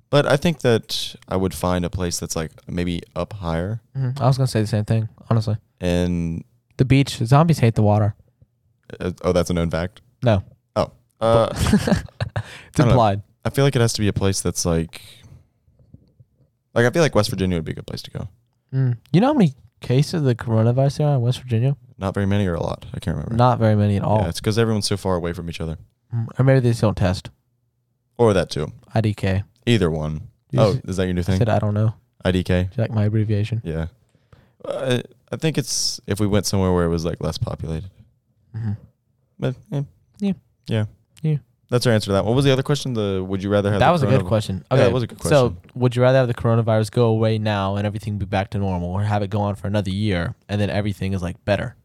S3: But I think that I would find a place that's like maybe up higher
S2: Mhm. I was gonna say the same thing. Honestly,
S3: and
S2: the beach. Zombies hate the water.
S3: uh, oh, that's a known fact.
S2: No,
S3: Oh, uh,
S2: it's
S3: I don't know.
S2: implied.
S3: I feel like it has to be a place that's like, like I feel like West Virginia would be a good place to go.
S2: Mm. You know how many cases of the coronavirus there are in West Virginia?
S3: Not very many or a lot. I can't remember.
S2: Not very many at all.
S3: Yeah, it's because everyone's so far away from each other.
S2: Mm. Or maybe they just don't test.
S3: Or that too.
S2: IDK.
S3: Either one.
S2: You
S3: oh,
S2: s-
S3: is that your new
S2: I
S3: thing?
S2: said I don't know.
S3: IDK.
S2: Do you like my abbreviation?
S3: Yeah. Uh, I think it's if we went somewhere where it was like less populated.
S2: Mhm.
S3: But eh.
S2: Yeah.
S3: yeah,
S2: Yeah.
S3: That's our answer to that. What was the other question? The would you rather have?
S2: That
S3: the
S2: was a good
S3: coronavirus-
S2: question.
S3: Yeah,
S2: Okay,
S3: that was a good
S2: So,
S3: question.
S2: would you rather have the coronavirus go away now and everything be back to normal, or have it go on for another year and then everything is like better?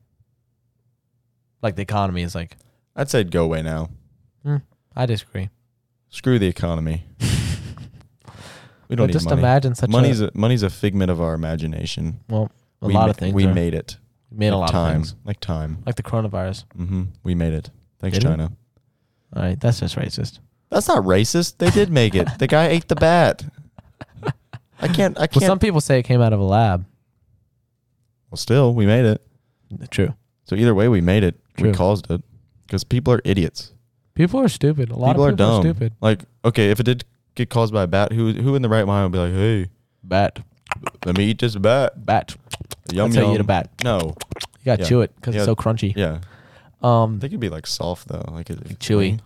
S2: Like the economy is like.
S3: I'd say go away now.
S2: I disagree.
S3: Screw
S2: (laughs)
S3: the economy. we don't
S2: But
S3: need
S2: just
S3: money.
S2: imagine such
S3: money's
S2: a,
S3: a, money's a figment of our imagination.
S2: well, a
S3: we
S2: lot
S3: ma-
S2: of things.
S3: We
S2: are-
S3: made it.
S2: made a
S3: Like
S2: lot
S3: time.
S2: of things,
S3: Like time.
S2: like the coronavirus.
S3: hmm We made it. Thanks,
S2: Did we?
S3: China.
S2: All right, that's just racist.
S3: That's not racist. They did make it. The guy ate the bat. I can't. I can't.
S2: Well, some people say it came out of a lab.
S3: well, still, we made it.
S2: True.
S3: So either way, we made it.
S2: True.
S3: We caused it because people are idiots.
S2: People are stupid. A lot
S3: people,
S2: of people
S3: are dumb.
S2: stupid.
S3: Like, okay, if it did get caused by a bat, who who in the right mind would be like, hey,
S2: Bat,
S3: let me eat this bat?
S2: bat.
S3: Yum
S2: That's
S3: yum.
S2: how you eat a bat.
S3: No.
S2: You gotta
S3: Yeah.
S2: chew it because
S3: Yeah.
S2: it's so crunchy.
S3: Yeah. I
S2: Um,
S3: think it'd be like soft though. Like it,
S2: chewy.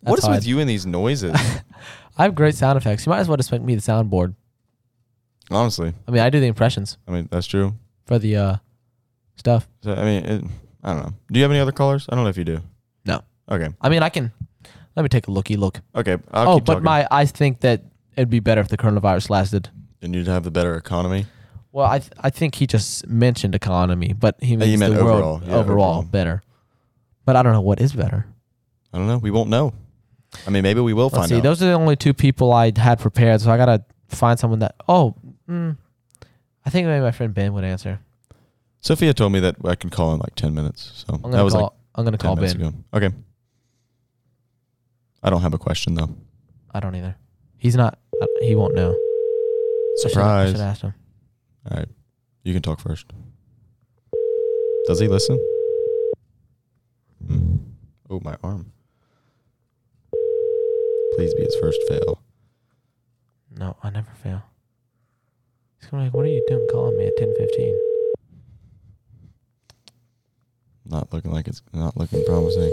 S3: What is
S2: That's how
S3: with
S2: I-
S3: you and
S2: (laughs)
S3: these noises?
S2: I have great sound effects. You might as well just make me the soundboard.
S3: Honestly,
S2: I mean, I do the impressions
S3: I mean that's true.
S2: for the uh, stuff.
S3: So, I mean, it, I don't know. Do you have any other callers? I don't know if you do.
S2: No.
S3: Okay.
S2: I mean, I can. Let me take a looky look.
S3: Okay. I'll
S2: oh,
S3: keep
S2: but
S3: talking.
S2: my I think that it'd be better if the coronavirus lasted.
S3: and you'd have the better economy.
S2: Well, I th- I think he just mentioned economy, but he means
S3: Oh, meant
S2: the
S3: overall.
S2: world
S3: Yeah, overall.
S2: overall better. But I don't know what is better.
S3: I don't know. We won't know. I mean, maybe we will
S2: Let's
S3: find
S2: see.
S3: out.
S2: Those are the only two people I had prepared, so I hmm. gotta find someone that. Oh, mm, I think maybe my friend Ben would answer.
S3: Sophia told me that I can call in like 10 minutes. So
S2: I'm
S3: that
S2: gonna
S3: was
S2: call.
S3: like
S2: I'm gonna
S3: 10
S2: call
S3: minutes
S2: Ben.
S3: ago. Okay. I don't have a question though.
S2: I don't either. He's not. uh, He won't know. I should- I should
S3: Surprise.
S2: ask him.
S3: All right. You can talk first. Does he listen? Hmm. Oh, my arm. Please be his first fail.
S2: No, I never fail. He's gonna be like, "What are you doing calling me at 10:15?"
S3: Not looking like it's not looking promising.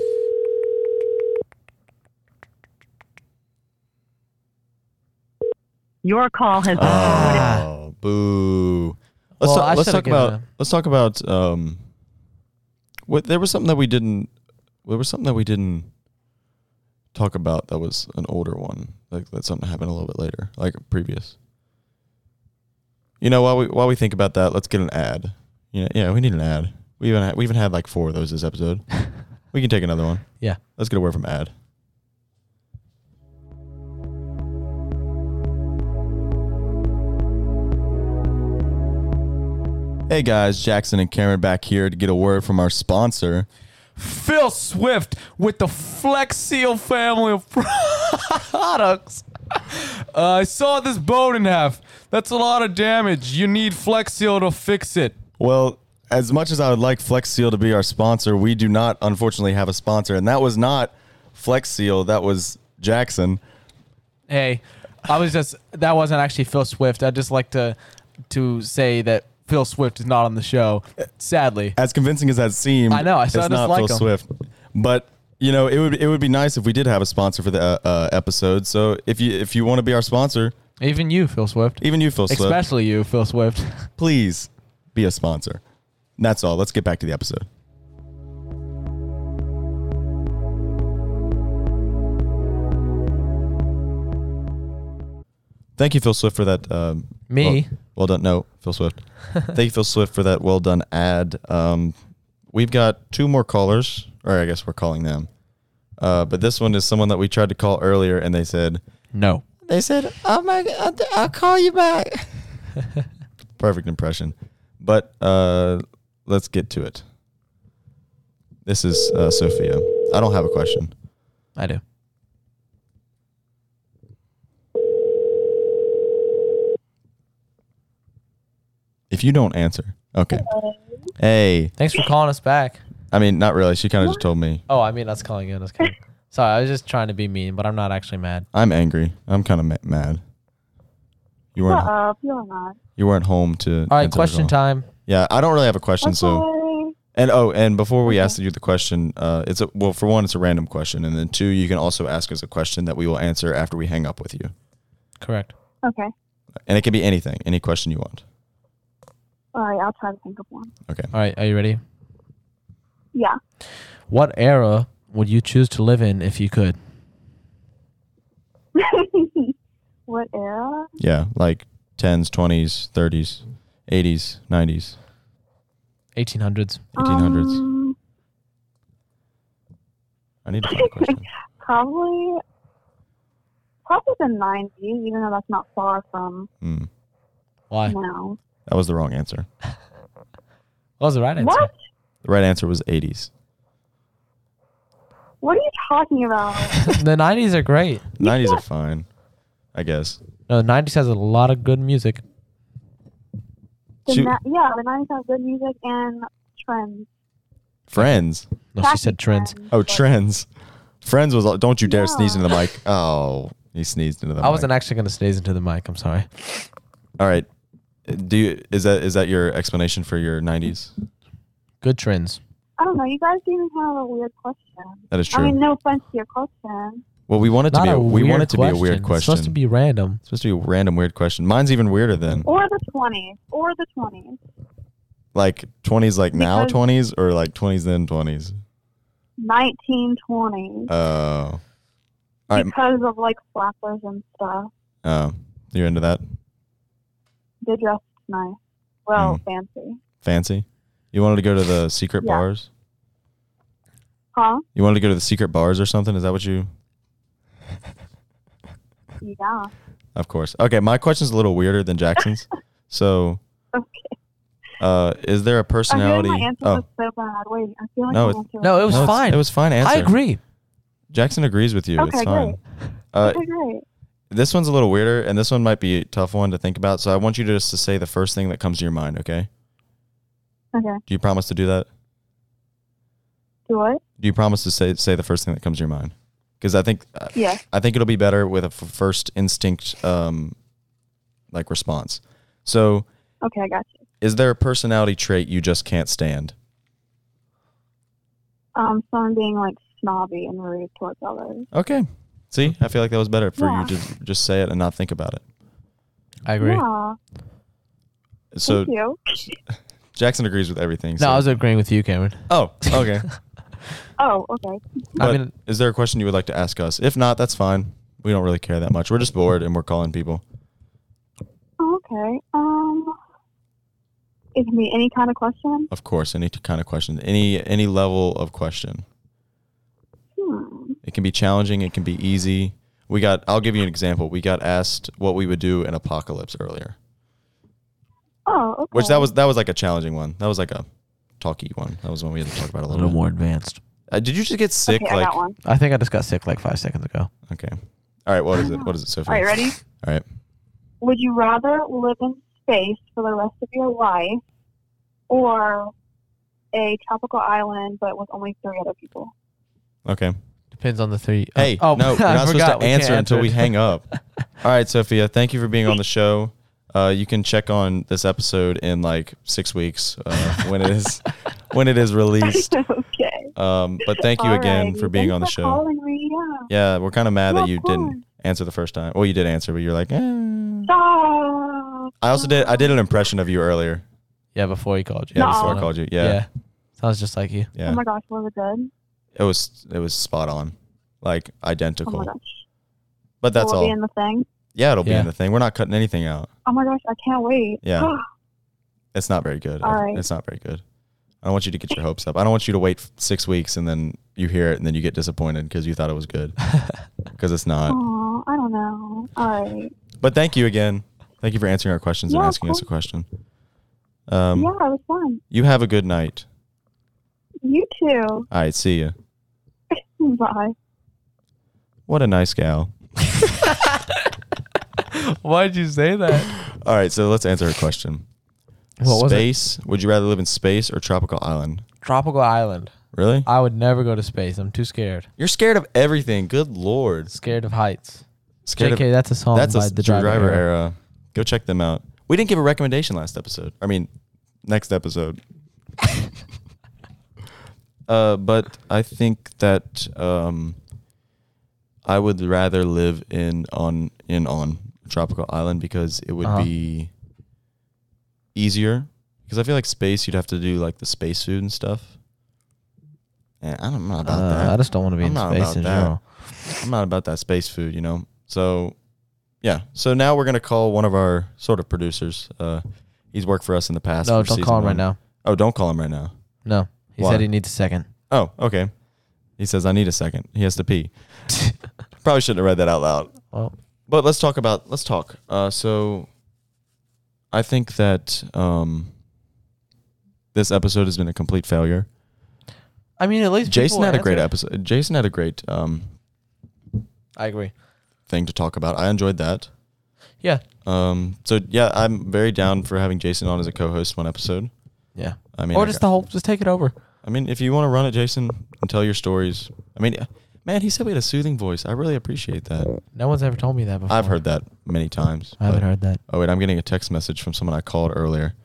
S5: Your call
S3: Uh,
S5: has been forwarded.
S2: Ah.
S3: Oh, boo. Let's,
S2: Well,
S3: ta-
S2: I
S3: let's
S2: should've
S3: talk
S2: given
S3: about
S2: him-
S3: let's talk about um what there was something that we didn't there was something that we didn't talk about that was an older one. Like that something happened a little bit later, like previous. You know, while we while we think about that, let's get an ad. Yeah, yeah, we need an ad. We even ha- we even had like four of those
S2: (laughs)
S3: this episode. we can take another one.
S2: Yeah.
S3: Let's get away from ad. Hey guys, Jackson and Cameron back here to get a word from our sponsor.
S2: Phil Swift with the Flex Seal family of (laughs) products. Uh, I saw this bone in half. That's a lot of damage. You need Flex Seal to fix it.
S3: Well, as much as I would like Flex Seal to be our sponsor, we do not unfortunately have a sponsor, and that was not Flex Seal. That was Jackson.
S2: Hey, I was just that wasn't actually Phil Swift. I'd just like to to say that Phil Swift is not on the show. Sadly.
S3: As convincing as that seemed,
S2: I know, I saw
S3: it's
S2: it
S3: not
S2: as like
S3: Phil
S2: him.
S3: Swift, but. You know, it would it would be nice if we did have a sponsor for the uh, uh, episode. So if you if you want to be our sponsor,
S2: Even you, Phil Swift.
S3: even you, Phil Swift,
S2: Especially you, Phil Swift.
S3: please be a sponsor. And that's all. Let's get back to the episode. Thank you, Phil Swift, for that. Um,
S2: Me?
S3: Well, well done. No, Phil Swift. Thank you, Phil Swift, for that well done ad. Um, we've got two more callers, or I guess we're calling them. Uh, but this one is someone that we tried to call earlier, and they said,
S2: No.
S3: they said, "Oh my God, I'll call you back." (laughs) Perfect impression, but uh, let's get to it. This is uh, Sophia. I don't have a question.
S2: I do.
S3: If you don't answer, okay. Hey,
S2: Thanks for calling us back.
S3: I mean, not really. She kind of just told me
S2: Oh, I mean, that's calling in. That's
S3: (laughs)
S2: calling. Sorry, I was just trying to be mean, but I'm not actually mad.
S3: I'm angry. I'm kind of ma- mad. You
S4: Shut
S3: weren't.
S4: up. You're not.
S3: You weren't home to.
S2: All right,
S3: answer the
S2: question
S3: call.
S2: time.
S3: Yeah, I don't really have a question. So
S4: Okay.
S3: and oh, and before we ask you the question, uh, it's a well for one, it's a random question, and then two, you can also ask us a question that we will answer after we hang up with you.
S2: Correct.
S4: Okay.
S3: And it can be anything, any question you want.
S4: All right. I'll try to think of one.
S2: All right, are you ready?
S4: Yeah. (laughs)
S2: What era would you choose to live in if you could?
S4: what era?
S3: Yeah, like 10s, 20s, 30s, 80s, 90s,
S2: 1800s.
S3: 1800s.
S4: Um,
S3: I need to find a
S4: (laughs)
S3: question.
S4: probably. Probably the '90s, even though that's not far from
S3: Hmm,
S2: Why? What
S4: now.
S3: that was the wrong answer.
S2: was the right answer?
S4: What?
S3: The right answer was 80s.
S4: What are you talking about?
S2: (laughs) the 90s are great.
S3: 90s are fine, I guess.
S2: No, the 90s has a lot of good music.
S4: The
S3: Shoot.
S4: na- yeah, the '90s have good music and trends.
S3: Friends.
S2: No, she
S4: Fashion
S2: said trends.
S3: Oh,
S4: (laughs) but-
S3: trends. Friends was all, don't you dare sneeze
S4: Yeah.
S3: into the mic. Oh, he sneezed into the
S2: I
S3: mic.
S2: wasn't actually going to sneeze into the mic. I'm sorry.
S3: All right. Do you, is that is that your explanation for your 90s?
S2: Good trends.
S4: I don't know. You guys gave me kind of a weird question.
S3: That is true.
S4: I mean, no offense to your question.
S3: well, we want it to
S2: Not
S3: be
S2: a
S3: a, we want
S2: weird
S3: it to be a weird
S2: It's supposed to
S3: question.
S2: be random.
S3: It's supposed to be a random weird question. Mine's even weirder then.
S4: Or the 20s. Or the 20s.
S3: Like twenties, like now
S4: Because-
S3: twenties, or like twenties then twenties.
S4: 1920s.
S3: Oh, all right.
S4: because of like flappers and stuff.
S3: Oh, you're into that
S4: They dressed nice. Well,
S3: Hmm.
S4: fancy.
S3: fancy. You wanted to go to the secret
S4: Yeah.
S3: bars.
S4: Huh?
S3: You wanted to go to the secret bars or something. Is that what you?
S4: Yeah. (laughs)
S3: Of course. Okay, my question's a little weirder than Jackson's. so,
S4: Okay.
S3: Uh, is there a
S4: I feel like
S3: personality? Oh.
S4: my answer was so bad. Wait, I feel like
S3: No,
S4: my
S3: it's-
S4: answer
S2: No, it was
S3: No, it's-
S2: fine.
S3: It was fine answer.
S2: I agree.
S3: Jackson agrees with you. it's
S4: Okay,
S3: fine.
S4: great.
S3: Uh,
S4: okay, great.
S3: this one's a little weirder, and this one might be a tough one to think about. So I want you to just to say the first thing that comes to your mind. Okay?
S4: Okay,
S3: Do you promise to do that?
S4: do what?
S3: Do you promise to say say the first thing that comes to your mind? Because I think uh,
S4: Yeah.
S3: I think it'll be better with a f- first instinct, um, like response. So,
S4: Okay, I got you.
S3: is there a personality trait you just can't stand?
S4: Um, someone being like snobby and rude towards others.
S3: Okay. See, I feel like that was better for
S4: Yeah.
S3: you to just say it and not think about it.
S2: I agree.
S4: Yeah.
S3: So
S4: thank you.
S3: Jackson agrees with everything.
S2: No,
S3: so-
S2: I was agreeing with you, Cameron.
S3: oh, okay.
S4: Oh, okay.
S2: I
S3: But-
S2: mean,
S3: Is there a question you would like to ask us? If not, that's fine. We don't really care that much. We're just bored and we're calling people.
S4: Okay. Um, it can be any kind of question.
S3: Of course, any kind of question, any any level of question.
S4: Hmm.
S3: It can be challenging. It can be easy. We got. I'll give you an example. We got asked what we would do in apocalypse earlier,
S4: Oh, okay.
S3: which that was that was like a challenging one. That was like a talky one. That was one we had to talk about a
S2: a
S3: little.
S2: little
S3: bit.
S2: more advanced.
S3: Uh, did you just get sick?
S4: Okay, I
S3: like
S4: got one.
S2: I think I just got sick like five seconds ago.
S3: okay. All right. What is it? What is it, Sophie?
S4: All
S3: (laughs)
S4: right, ready?
S3: All right.
S4: Would you rather live in space for the rest of your life, or a tropical island but with only three other people? (laughs)
S3: Okay.
S2: Depends on the three.
S3: Hey,
S2: oh,
S3: no,
S2: I (laughs)
S3: we're not
S2: forgot.
S3: supposed to
S2: We can't
S3: answer until we
S2: it. (laughs)
S3: hang up. All right, Sophia, thank you for being on the show. Uh, you can check on this episode in like six weeks uh, when
S2: (laughs)
S3: it is when it is
S4: (laughs)
S3: released.
S4: okay.
S3: Um, but thank you again
S4: Alrighty.
S3: for being
S4: Thanks
S3: on the
S4: for
S3: show.
S4: Calling me. Yeah.
S3: Yeah, we're kind of mad
S4: Yeah,
S3: that
S4: of
S3: you
S4: course.
S3: didn't answer the first time. Well, you did answer, but you're like, eh. I
S4: Stop.
S3: also did. I did an impression of you earlier.
S2: Yeah, before he called you.
S3: Yeah, before I
S4: Aw.
S3: called you. Yeah,
S2: Sounds just like you.
S3: yeah,
S4: Oh my gosh, was it good?
S3: It was it was spot on, like
S4: Oh
S3: identical.
S4: my gosh.
S3: but that's
S4: Will it
S3: all.
S4: Be in the thing.
S3: yeah, it'll be
S2: Yeah.
S3: in the thing. We're not cutting anything out.
S4: Oh my gosh, I can't wait. (gasps)
S3: Yeah. It's not very good.
S4: All right.
S3: It's not very good. I don't want you to get your hopes up. I don't want you to wait f- six weeks and then you hear it and then you get disappointed because you thought it was (laughs) good because it's not.
S4: Oh, I don't know. All right.
S3: But thank you again. Thank you for answering our questions and
S4: Yeah, of
S3: asking us a question. Um,
S4: yeah, it was fun.
S3: You have a good night.
S4: You too.
S3: All right. See you.
S4: Bye.
S3: What a nice gal.
S2: (laughs) Why'd you say that?
S3: All right. So let's answer her question.
S2: What was it?
S3: space. Would you rather live in space or tropical island?
S2: Tropical island.
S3: Really?
S2: I would never go to space. I'm too scared.
S3: You're scared of everything. Good Lord.
S2: Scared of heights.
S3: Scared
S2: JK,
S3: of
S2: that's a song
S3: That's
S2: by
S3: a
S2: the
S3: True
S2: driver.
S3: driver,
S2: era.
S3: era. Go check them out. We didn't give a recommendation last episode. I mean, next
S2: (laughs)
S3: episode. uh, but I think that um, I would rather live in on in on a tropical island because it would
S2: Uh-huh.
S3: be easier. Because I feel like space, you'd have to do like the spacesuit and stuff. And I don't know about
S2: Uh,
S3: that.
S2: I just don't want to be
S3: I'm
S2: in
S3: not
S2: space
S3: about
S2: in
S3: that.
S2: general.
S3: I'm not about that space food, you know. So, yeah. So now we're gonna call one of our sort of producers. Uh, he's worked for us in the past.
S2: No,
S3: for
S2: don't
S3: season
S2: call him right
S3: one.
S2: now.
S3: Oh, don't call him right now.
S2: No. He
S3: Why?
S2: said he needs a second.
S3: Oh, okay. He says I need a second. He has
S2: (laughs)
S3: to pee. Probably shouldn't have read that out loud.
S2: Well,
S3: But let's talk about let's talk. Uh, so, I think that um, this episode has been a complete failure.
S2: I mean, at least
S3: Jason
S2: people
S3: had a great
S2: answered.
S3: episode. Jason had a great um,
S2: I agree.
S3: thing to talk about. I enjoyed that.
S2: Yeah.
S3: Um, so yeah, I'm very down for having Jason on as a co-host one episode.
S2: Yeah.
S3: I mean,
S2: Or
S3: I
S2: just
S3: got-
S2: the whole, just take it over.
S3: I mean, if you want to run it, Jason, and tell your stories. I mean, man, he said we had a soothing voice. I really appreciate that.
S2: No one's ever told me that before.
S3: I've heard that many times.
S2: I haven't
S3: but-
S2: heard that.
S3: Oh wait, I'm getting a text message from someone I called earlier.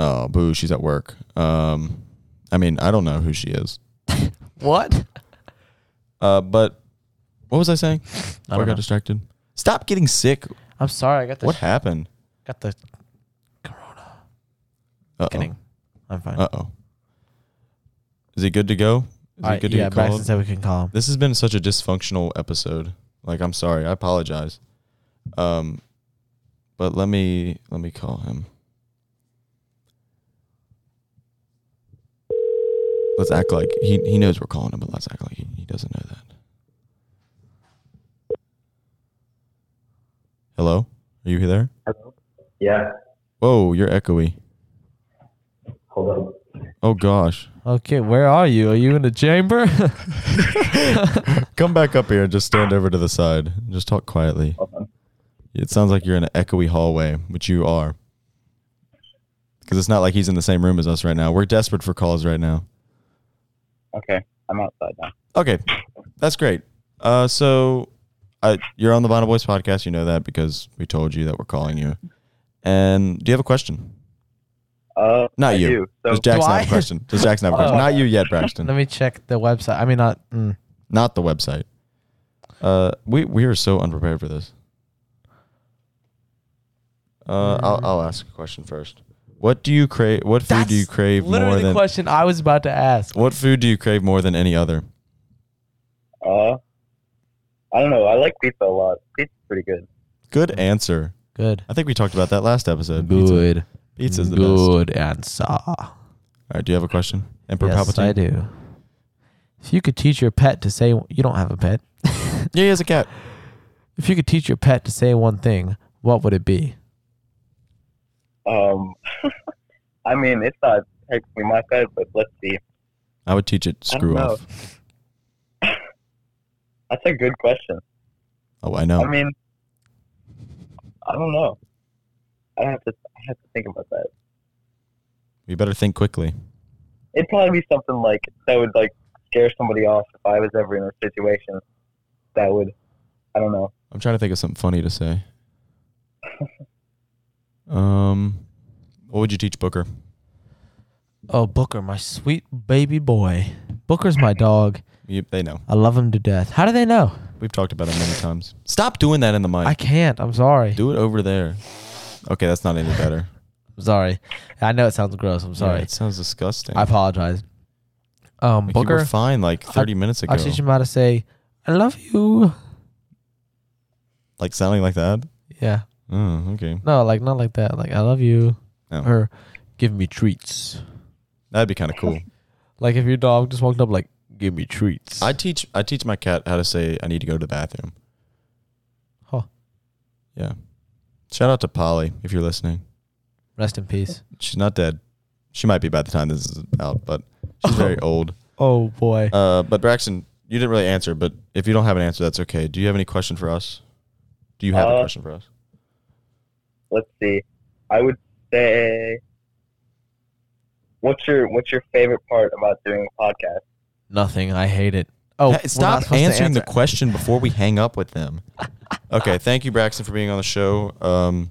S3: Oh, boo, she's at work. Um, I mean, I don't know who she is.
S2: What?
S3: Uh, but what was I saying?
S2: (laughs) I
S3: Before I
S2: don't
S3: got
S2: know.
S3: distracted. Stop getting sick.
S2: I'm sorry. I got the
S3: What Oh. happened?
S2: got the corona.
S3: Uh
S2: Kidding. I'm fine.
S3: oh. Uh oh. Is he good to go? Is
S2: All
S3: he
S2: right,
S3: good to
S2: yeah,
S3: get called?
S2: Braxton said we can call him.
S3: This has been such a dysfunctional episode. Like I'm sorry. I apologize. Um but let me let me call him. Let's act like he he knows we're calling him, but let's act like he, he doesn't know that. Hello? Are you there?
S6: Yeah.
S3: Whoa, you're echoey.
S7: Hold on.
S3: Oh gosh.
S2: Okay, where are you? Are you in the chamber? (laughs)
S3: Come back up here and just stand over to the side. Just talk quietly. It sounds like you're in an echoey hallway, which you are. Because it's not like he's in the same room as us right now. We're desperate for calls right now.
S6: Okay, I'm outside now.
S3: Okay, that's great. Uh, so I, you're on the Vinyl Boys podcast. You know that because we told you that we're calling you. And do you have a question?
S6: Uh,
S3: Not
S6: I
S3: you.
S6: do. So
S3: Does Jackson
S2: Do
S3: have
S2: I?
S3: a question? Does Jackson have
S2: (laughs)
S3: a question?
S2: Oh.
S3: Not you yet,
S2: Let
S3: Braxton.
S2: me check the website. I mean, not. Mm.
S3: Not the website. Uh, we we are so unprepared for this. Uh,
S2: Mm.
S3: I'll I'll ask a question first. What do you crave? What food do you crave
S2: literally
S3: more
S2: the
S3: than?
S2: question I was about to ask.
S3: What food do you crave more than any other?
S6: Uh, I don't know. I like pizza a lot. Pizza's pretty good.
S3: Good answer.
S2: Good.
S3: I think we talked about that last episode. Pizza.
S2: Good.
S3: Pizza's the best.
S2: Good answer.
S3: All right. Do you have a question, Emperor
S2: Yes,
S3: Palpatine?
S2: I do. If you could teach your pet to say you don't have a pet, (laughs)
S3: Yeah, he has a cat.
S2: if you could teach your pet to say one thing, what would it be?
S6: Um, (laughs) I mean, it's not technically my pet, but let's see.
S3: I would teach it.
S6: I don't
S3: Screw
S6: know.
S3: off.
S6: That's a good question.
S3: Oh, I know.
S6: I mean, I don't know. I have to. I have to think about that.
S3: we better think quickly.
S6: It'd probably be something like that would like scare somebody off if I was ever in a situation that would. I don't know.
S3: I'm trying to think of something funny to
S6: (laughs)
S3: say. um, what would you teach Booker?
S2: Oh, Booker, my sweet baby boy. Booker's my dog.
S3: You, they know.
S2: I love him to death. How do they know?
S3: We've talked about it many times. Stop doing that in the mic.
S2: I can't. I'm sorry.
S3: Do it over there. Okay, that's
S2: (laughs)
S3: not any better.
S2: I'm sorry. I know it sounds gross. I'm
S3: Yeah,
S2: sorry.
S3: it sounds disgusting.
S2: I apologize. Um,
S3: Like, you were
S2: Booker,
S3: fine like 30 minutes ago.
S2: I teach him how to say, I love you.
S3: Like sounding like that.
S2: Yeah.
S3: Oh, okay.
S2: No, like, not like that. Like, I love you.
S3: No.
S2: Or give me treats.
S3: That'd be kind of cool.
S2: Like, if your dog just walked up, like, give me treats.
S3: I teach I teach my cat how to say I need to go to the bathroom.
S2: Huh.
S3: Yeah. Shout out to Polly if you're listening.
S2: Rest in peace.
S3: She's not dead. She might be by the time this is out, but
S2: (laughs)
S3: she's very old.
S2: Oh, boy.
S3: Uh, but Braxton, you didn't really answer. But if you don't have an answer, that's okay. Do you have any question for us? Do you have a
S6: Uh,
S3: question for us?
S6: Let's see. I would say. What's your What's your favorite part about doing a podcast?
S2: Nothing. I hate it. Oh,
S3: Hey, stop answering the question before we hang up with them. (laughs) okay, thank you, Braxton, for being on the show. Um,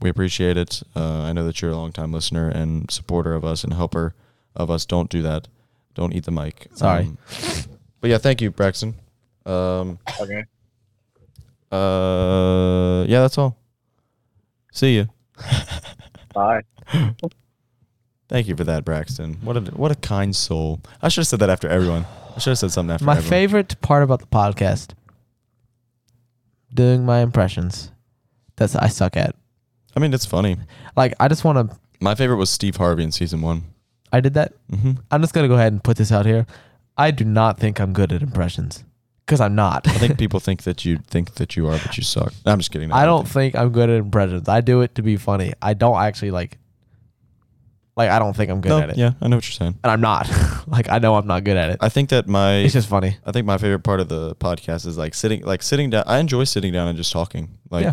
S3: we appreciate it. Uh, I know that you're a longtime listener and supporter of us and helper of us. Don't do that. Don't eat the mic.
S2: Sorry.
S3: Um, but yeah, thank you, Braxton. Um,
S6: Okay.
S3: uh, yeah, that's all. See you.
S6: Bye.
S3: Thank you for that, Braxton. What a what a kind soul. I should have said that after everyone. I should have said something after
S2: My
S3: everyone.
S2: favorite part about the podcast doing my impressions. That's I suck at.
S3: I mean, it's funny.
S2: Like I just want to.
S3: My favorite was Steve Harvey in season one.
S2: I did that.
S3: Mm-hmm.
S2: I'm just gonna go ahead and put this out here. I do not think I'm good at impressions because I'm not.
S3: I think people think that you think that you are, but you suck. I'm just
S2: (laughs)
S3: kidding.
S2: I don't think I'm good at impressions. I do it to be funny. I don't actually like. Like I don't think I'm good
S3: No,
S2: at it,
S3: yeah, I know what you're saying.
S2: and I'm not. (laughs) like I know I'm not good at it.
S3: I think that my
S2: It's just funny.
S3: I think my favorite part of the podcast is like sitting like sitting down. I enjoy sitting down and just talking. Like
S2: Yeah.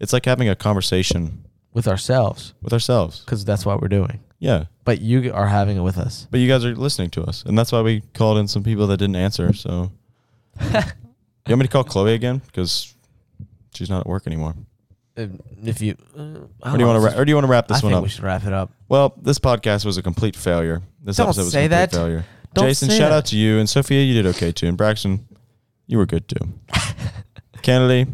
S3: it's like having a conversation
S2: with ourselves
S3: with ourselves.
S2: because that's what we're doing.
S3: Yeah.
S2: But you are having it with us.
S3: But you guys are listening to us, and that's why we called in some people that didn't answer.
S2: (laughs)
S3: So, you want me to call Chloe again because she's not at work anymore?
S2: If if you, uh,
S3: Or do you want to? Ra- or do you want to wrap
S2: I
S3: this
S2: think
S3: one up?
S2: we should wrap it up.
S3: well, this podcast was a complete failure. This
S2: Don't
S3: episode was
S2: say
S3: a complete
S2: that.
S3: failure.
S2: Don't
S3: Jason,
S2: say
S3: shout
S2: that.
S3: out to you and Sophia. You did okay too, and Braxton, you were good
S2: (laughs)
S3: too. Kennedy,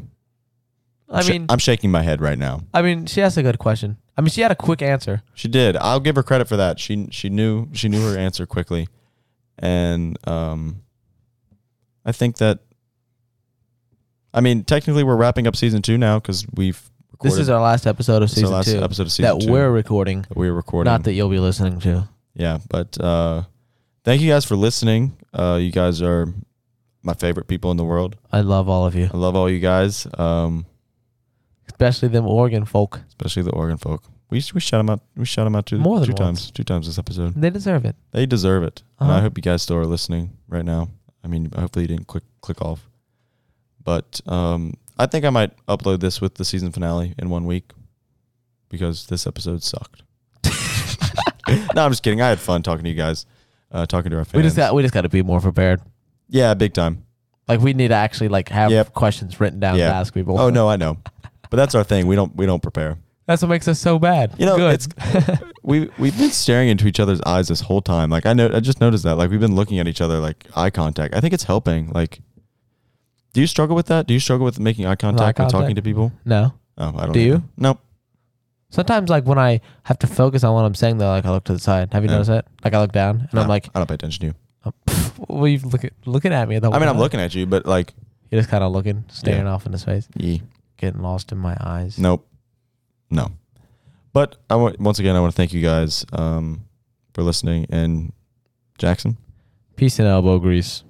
S2: I
S3: sh-
S2: mean,
S3: I'm shaking my head right now.
S2: I mean, she asked a good question. I mean, she had a quick answer.
S3: She did. I'll give her credit for that. She she knew she knew her answer quickly, and um, I think that. I mean, technically, we're wrapping up season two now because we've. Recorded
S2: This is our last episode of
S3: It's our
S2: season
S3: last
S2: two
S3: episode of season
S2: that
S3: two.
S2: we're recording,
S3: that we're recording.
S2: not that you'll be listening to.
S3: yeah, but uh, thank you guys for listening. Uh, you guys are my favorite people in the world.
S2: I love all of you.
S3: I love all you guys. Um,
S2: especially them Oregon folk.
S3: especially the Oregon folk. We we shout them out. We shout them out two,
S2: More than
S3: two
S2: once.
S3: times. Two times this episode.
S2: They deserve it.
S3: They deserve it, and
S2: Uh-huh.
S3: I hope you guys still are listening right now. I mean, hopefully you didn't click click off. But um, I think I might upload this with the season finale in one week because this episode sucked. no, I'm just kidding. I had fun talking to you guys, uh, talking to our fans.
S2: We just got we just got to be more prepared.
S3: yeah, big time.
S2: Like we need to actually like have
S3: Yep.
S2: questions written down
S3: Yeah.
S2: to ask people.
S3: Oh no, I know, but that's our thing. We don't we don't prepare.
S2: that's what makes us so bad.
S3: You know,
S2: Good.
S3: it's we we've been staring into each other's eyes this whole time. Like I know, I just noticed that. Like we've been looking at each other, like eye contact. I think it's helping. Like, do you struggle with that? Do you struggle with making eye contact, and talking
S2: contact?
S3: to people?
S2: (laughs) no.
S3: Oh, I don't.
S2: Do
S3: either.
S2: you?
S3: Nope.
S2: Sometimes like when I have to focus on what I'm saying, though, like I look to the side. Have you
S3: Yeah.
S2: noticed that? Like I look down and I'm
S3: No,
S2: like,
S3: I don't pay attention to you.
S2: oh, pff, well, you looking looking at me. The
S3: I
S2: whole
S3: mean, I'm
S2: time.
S3: looking at you, but like,
S2: You're just kind of looking, staring off into space,
S3: yee.
S2: getting lost in my eyes.
S3: Nope. No. But I want once again, I want to thank you guys um, for listening. And Jackson,
S2: Peace and elbow grease.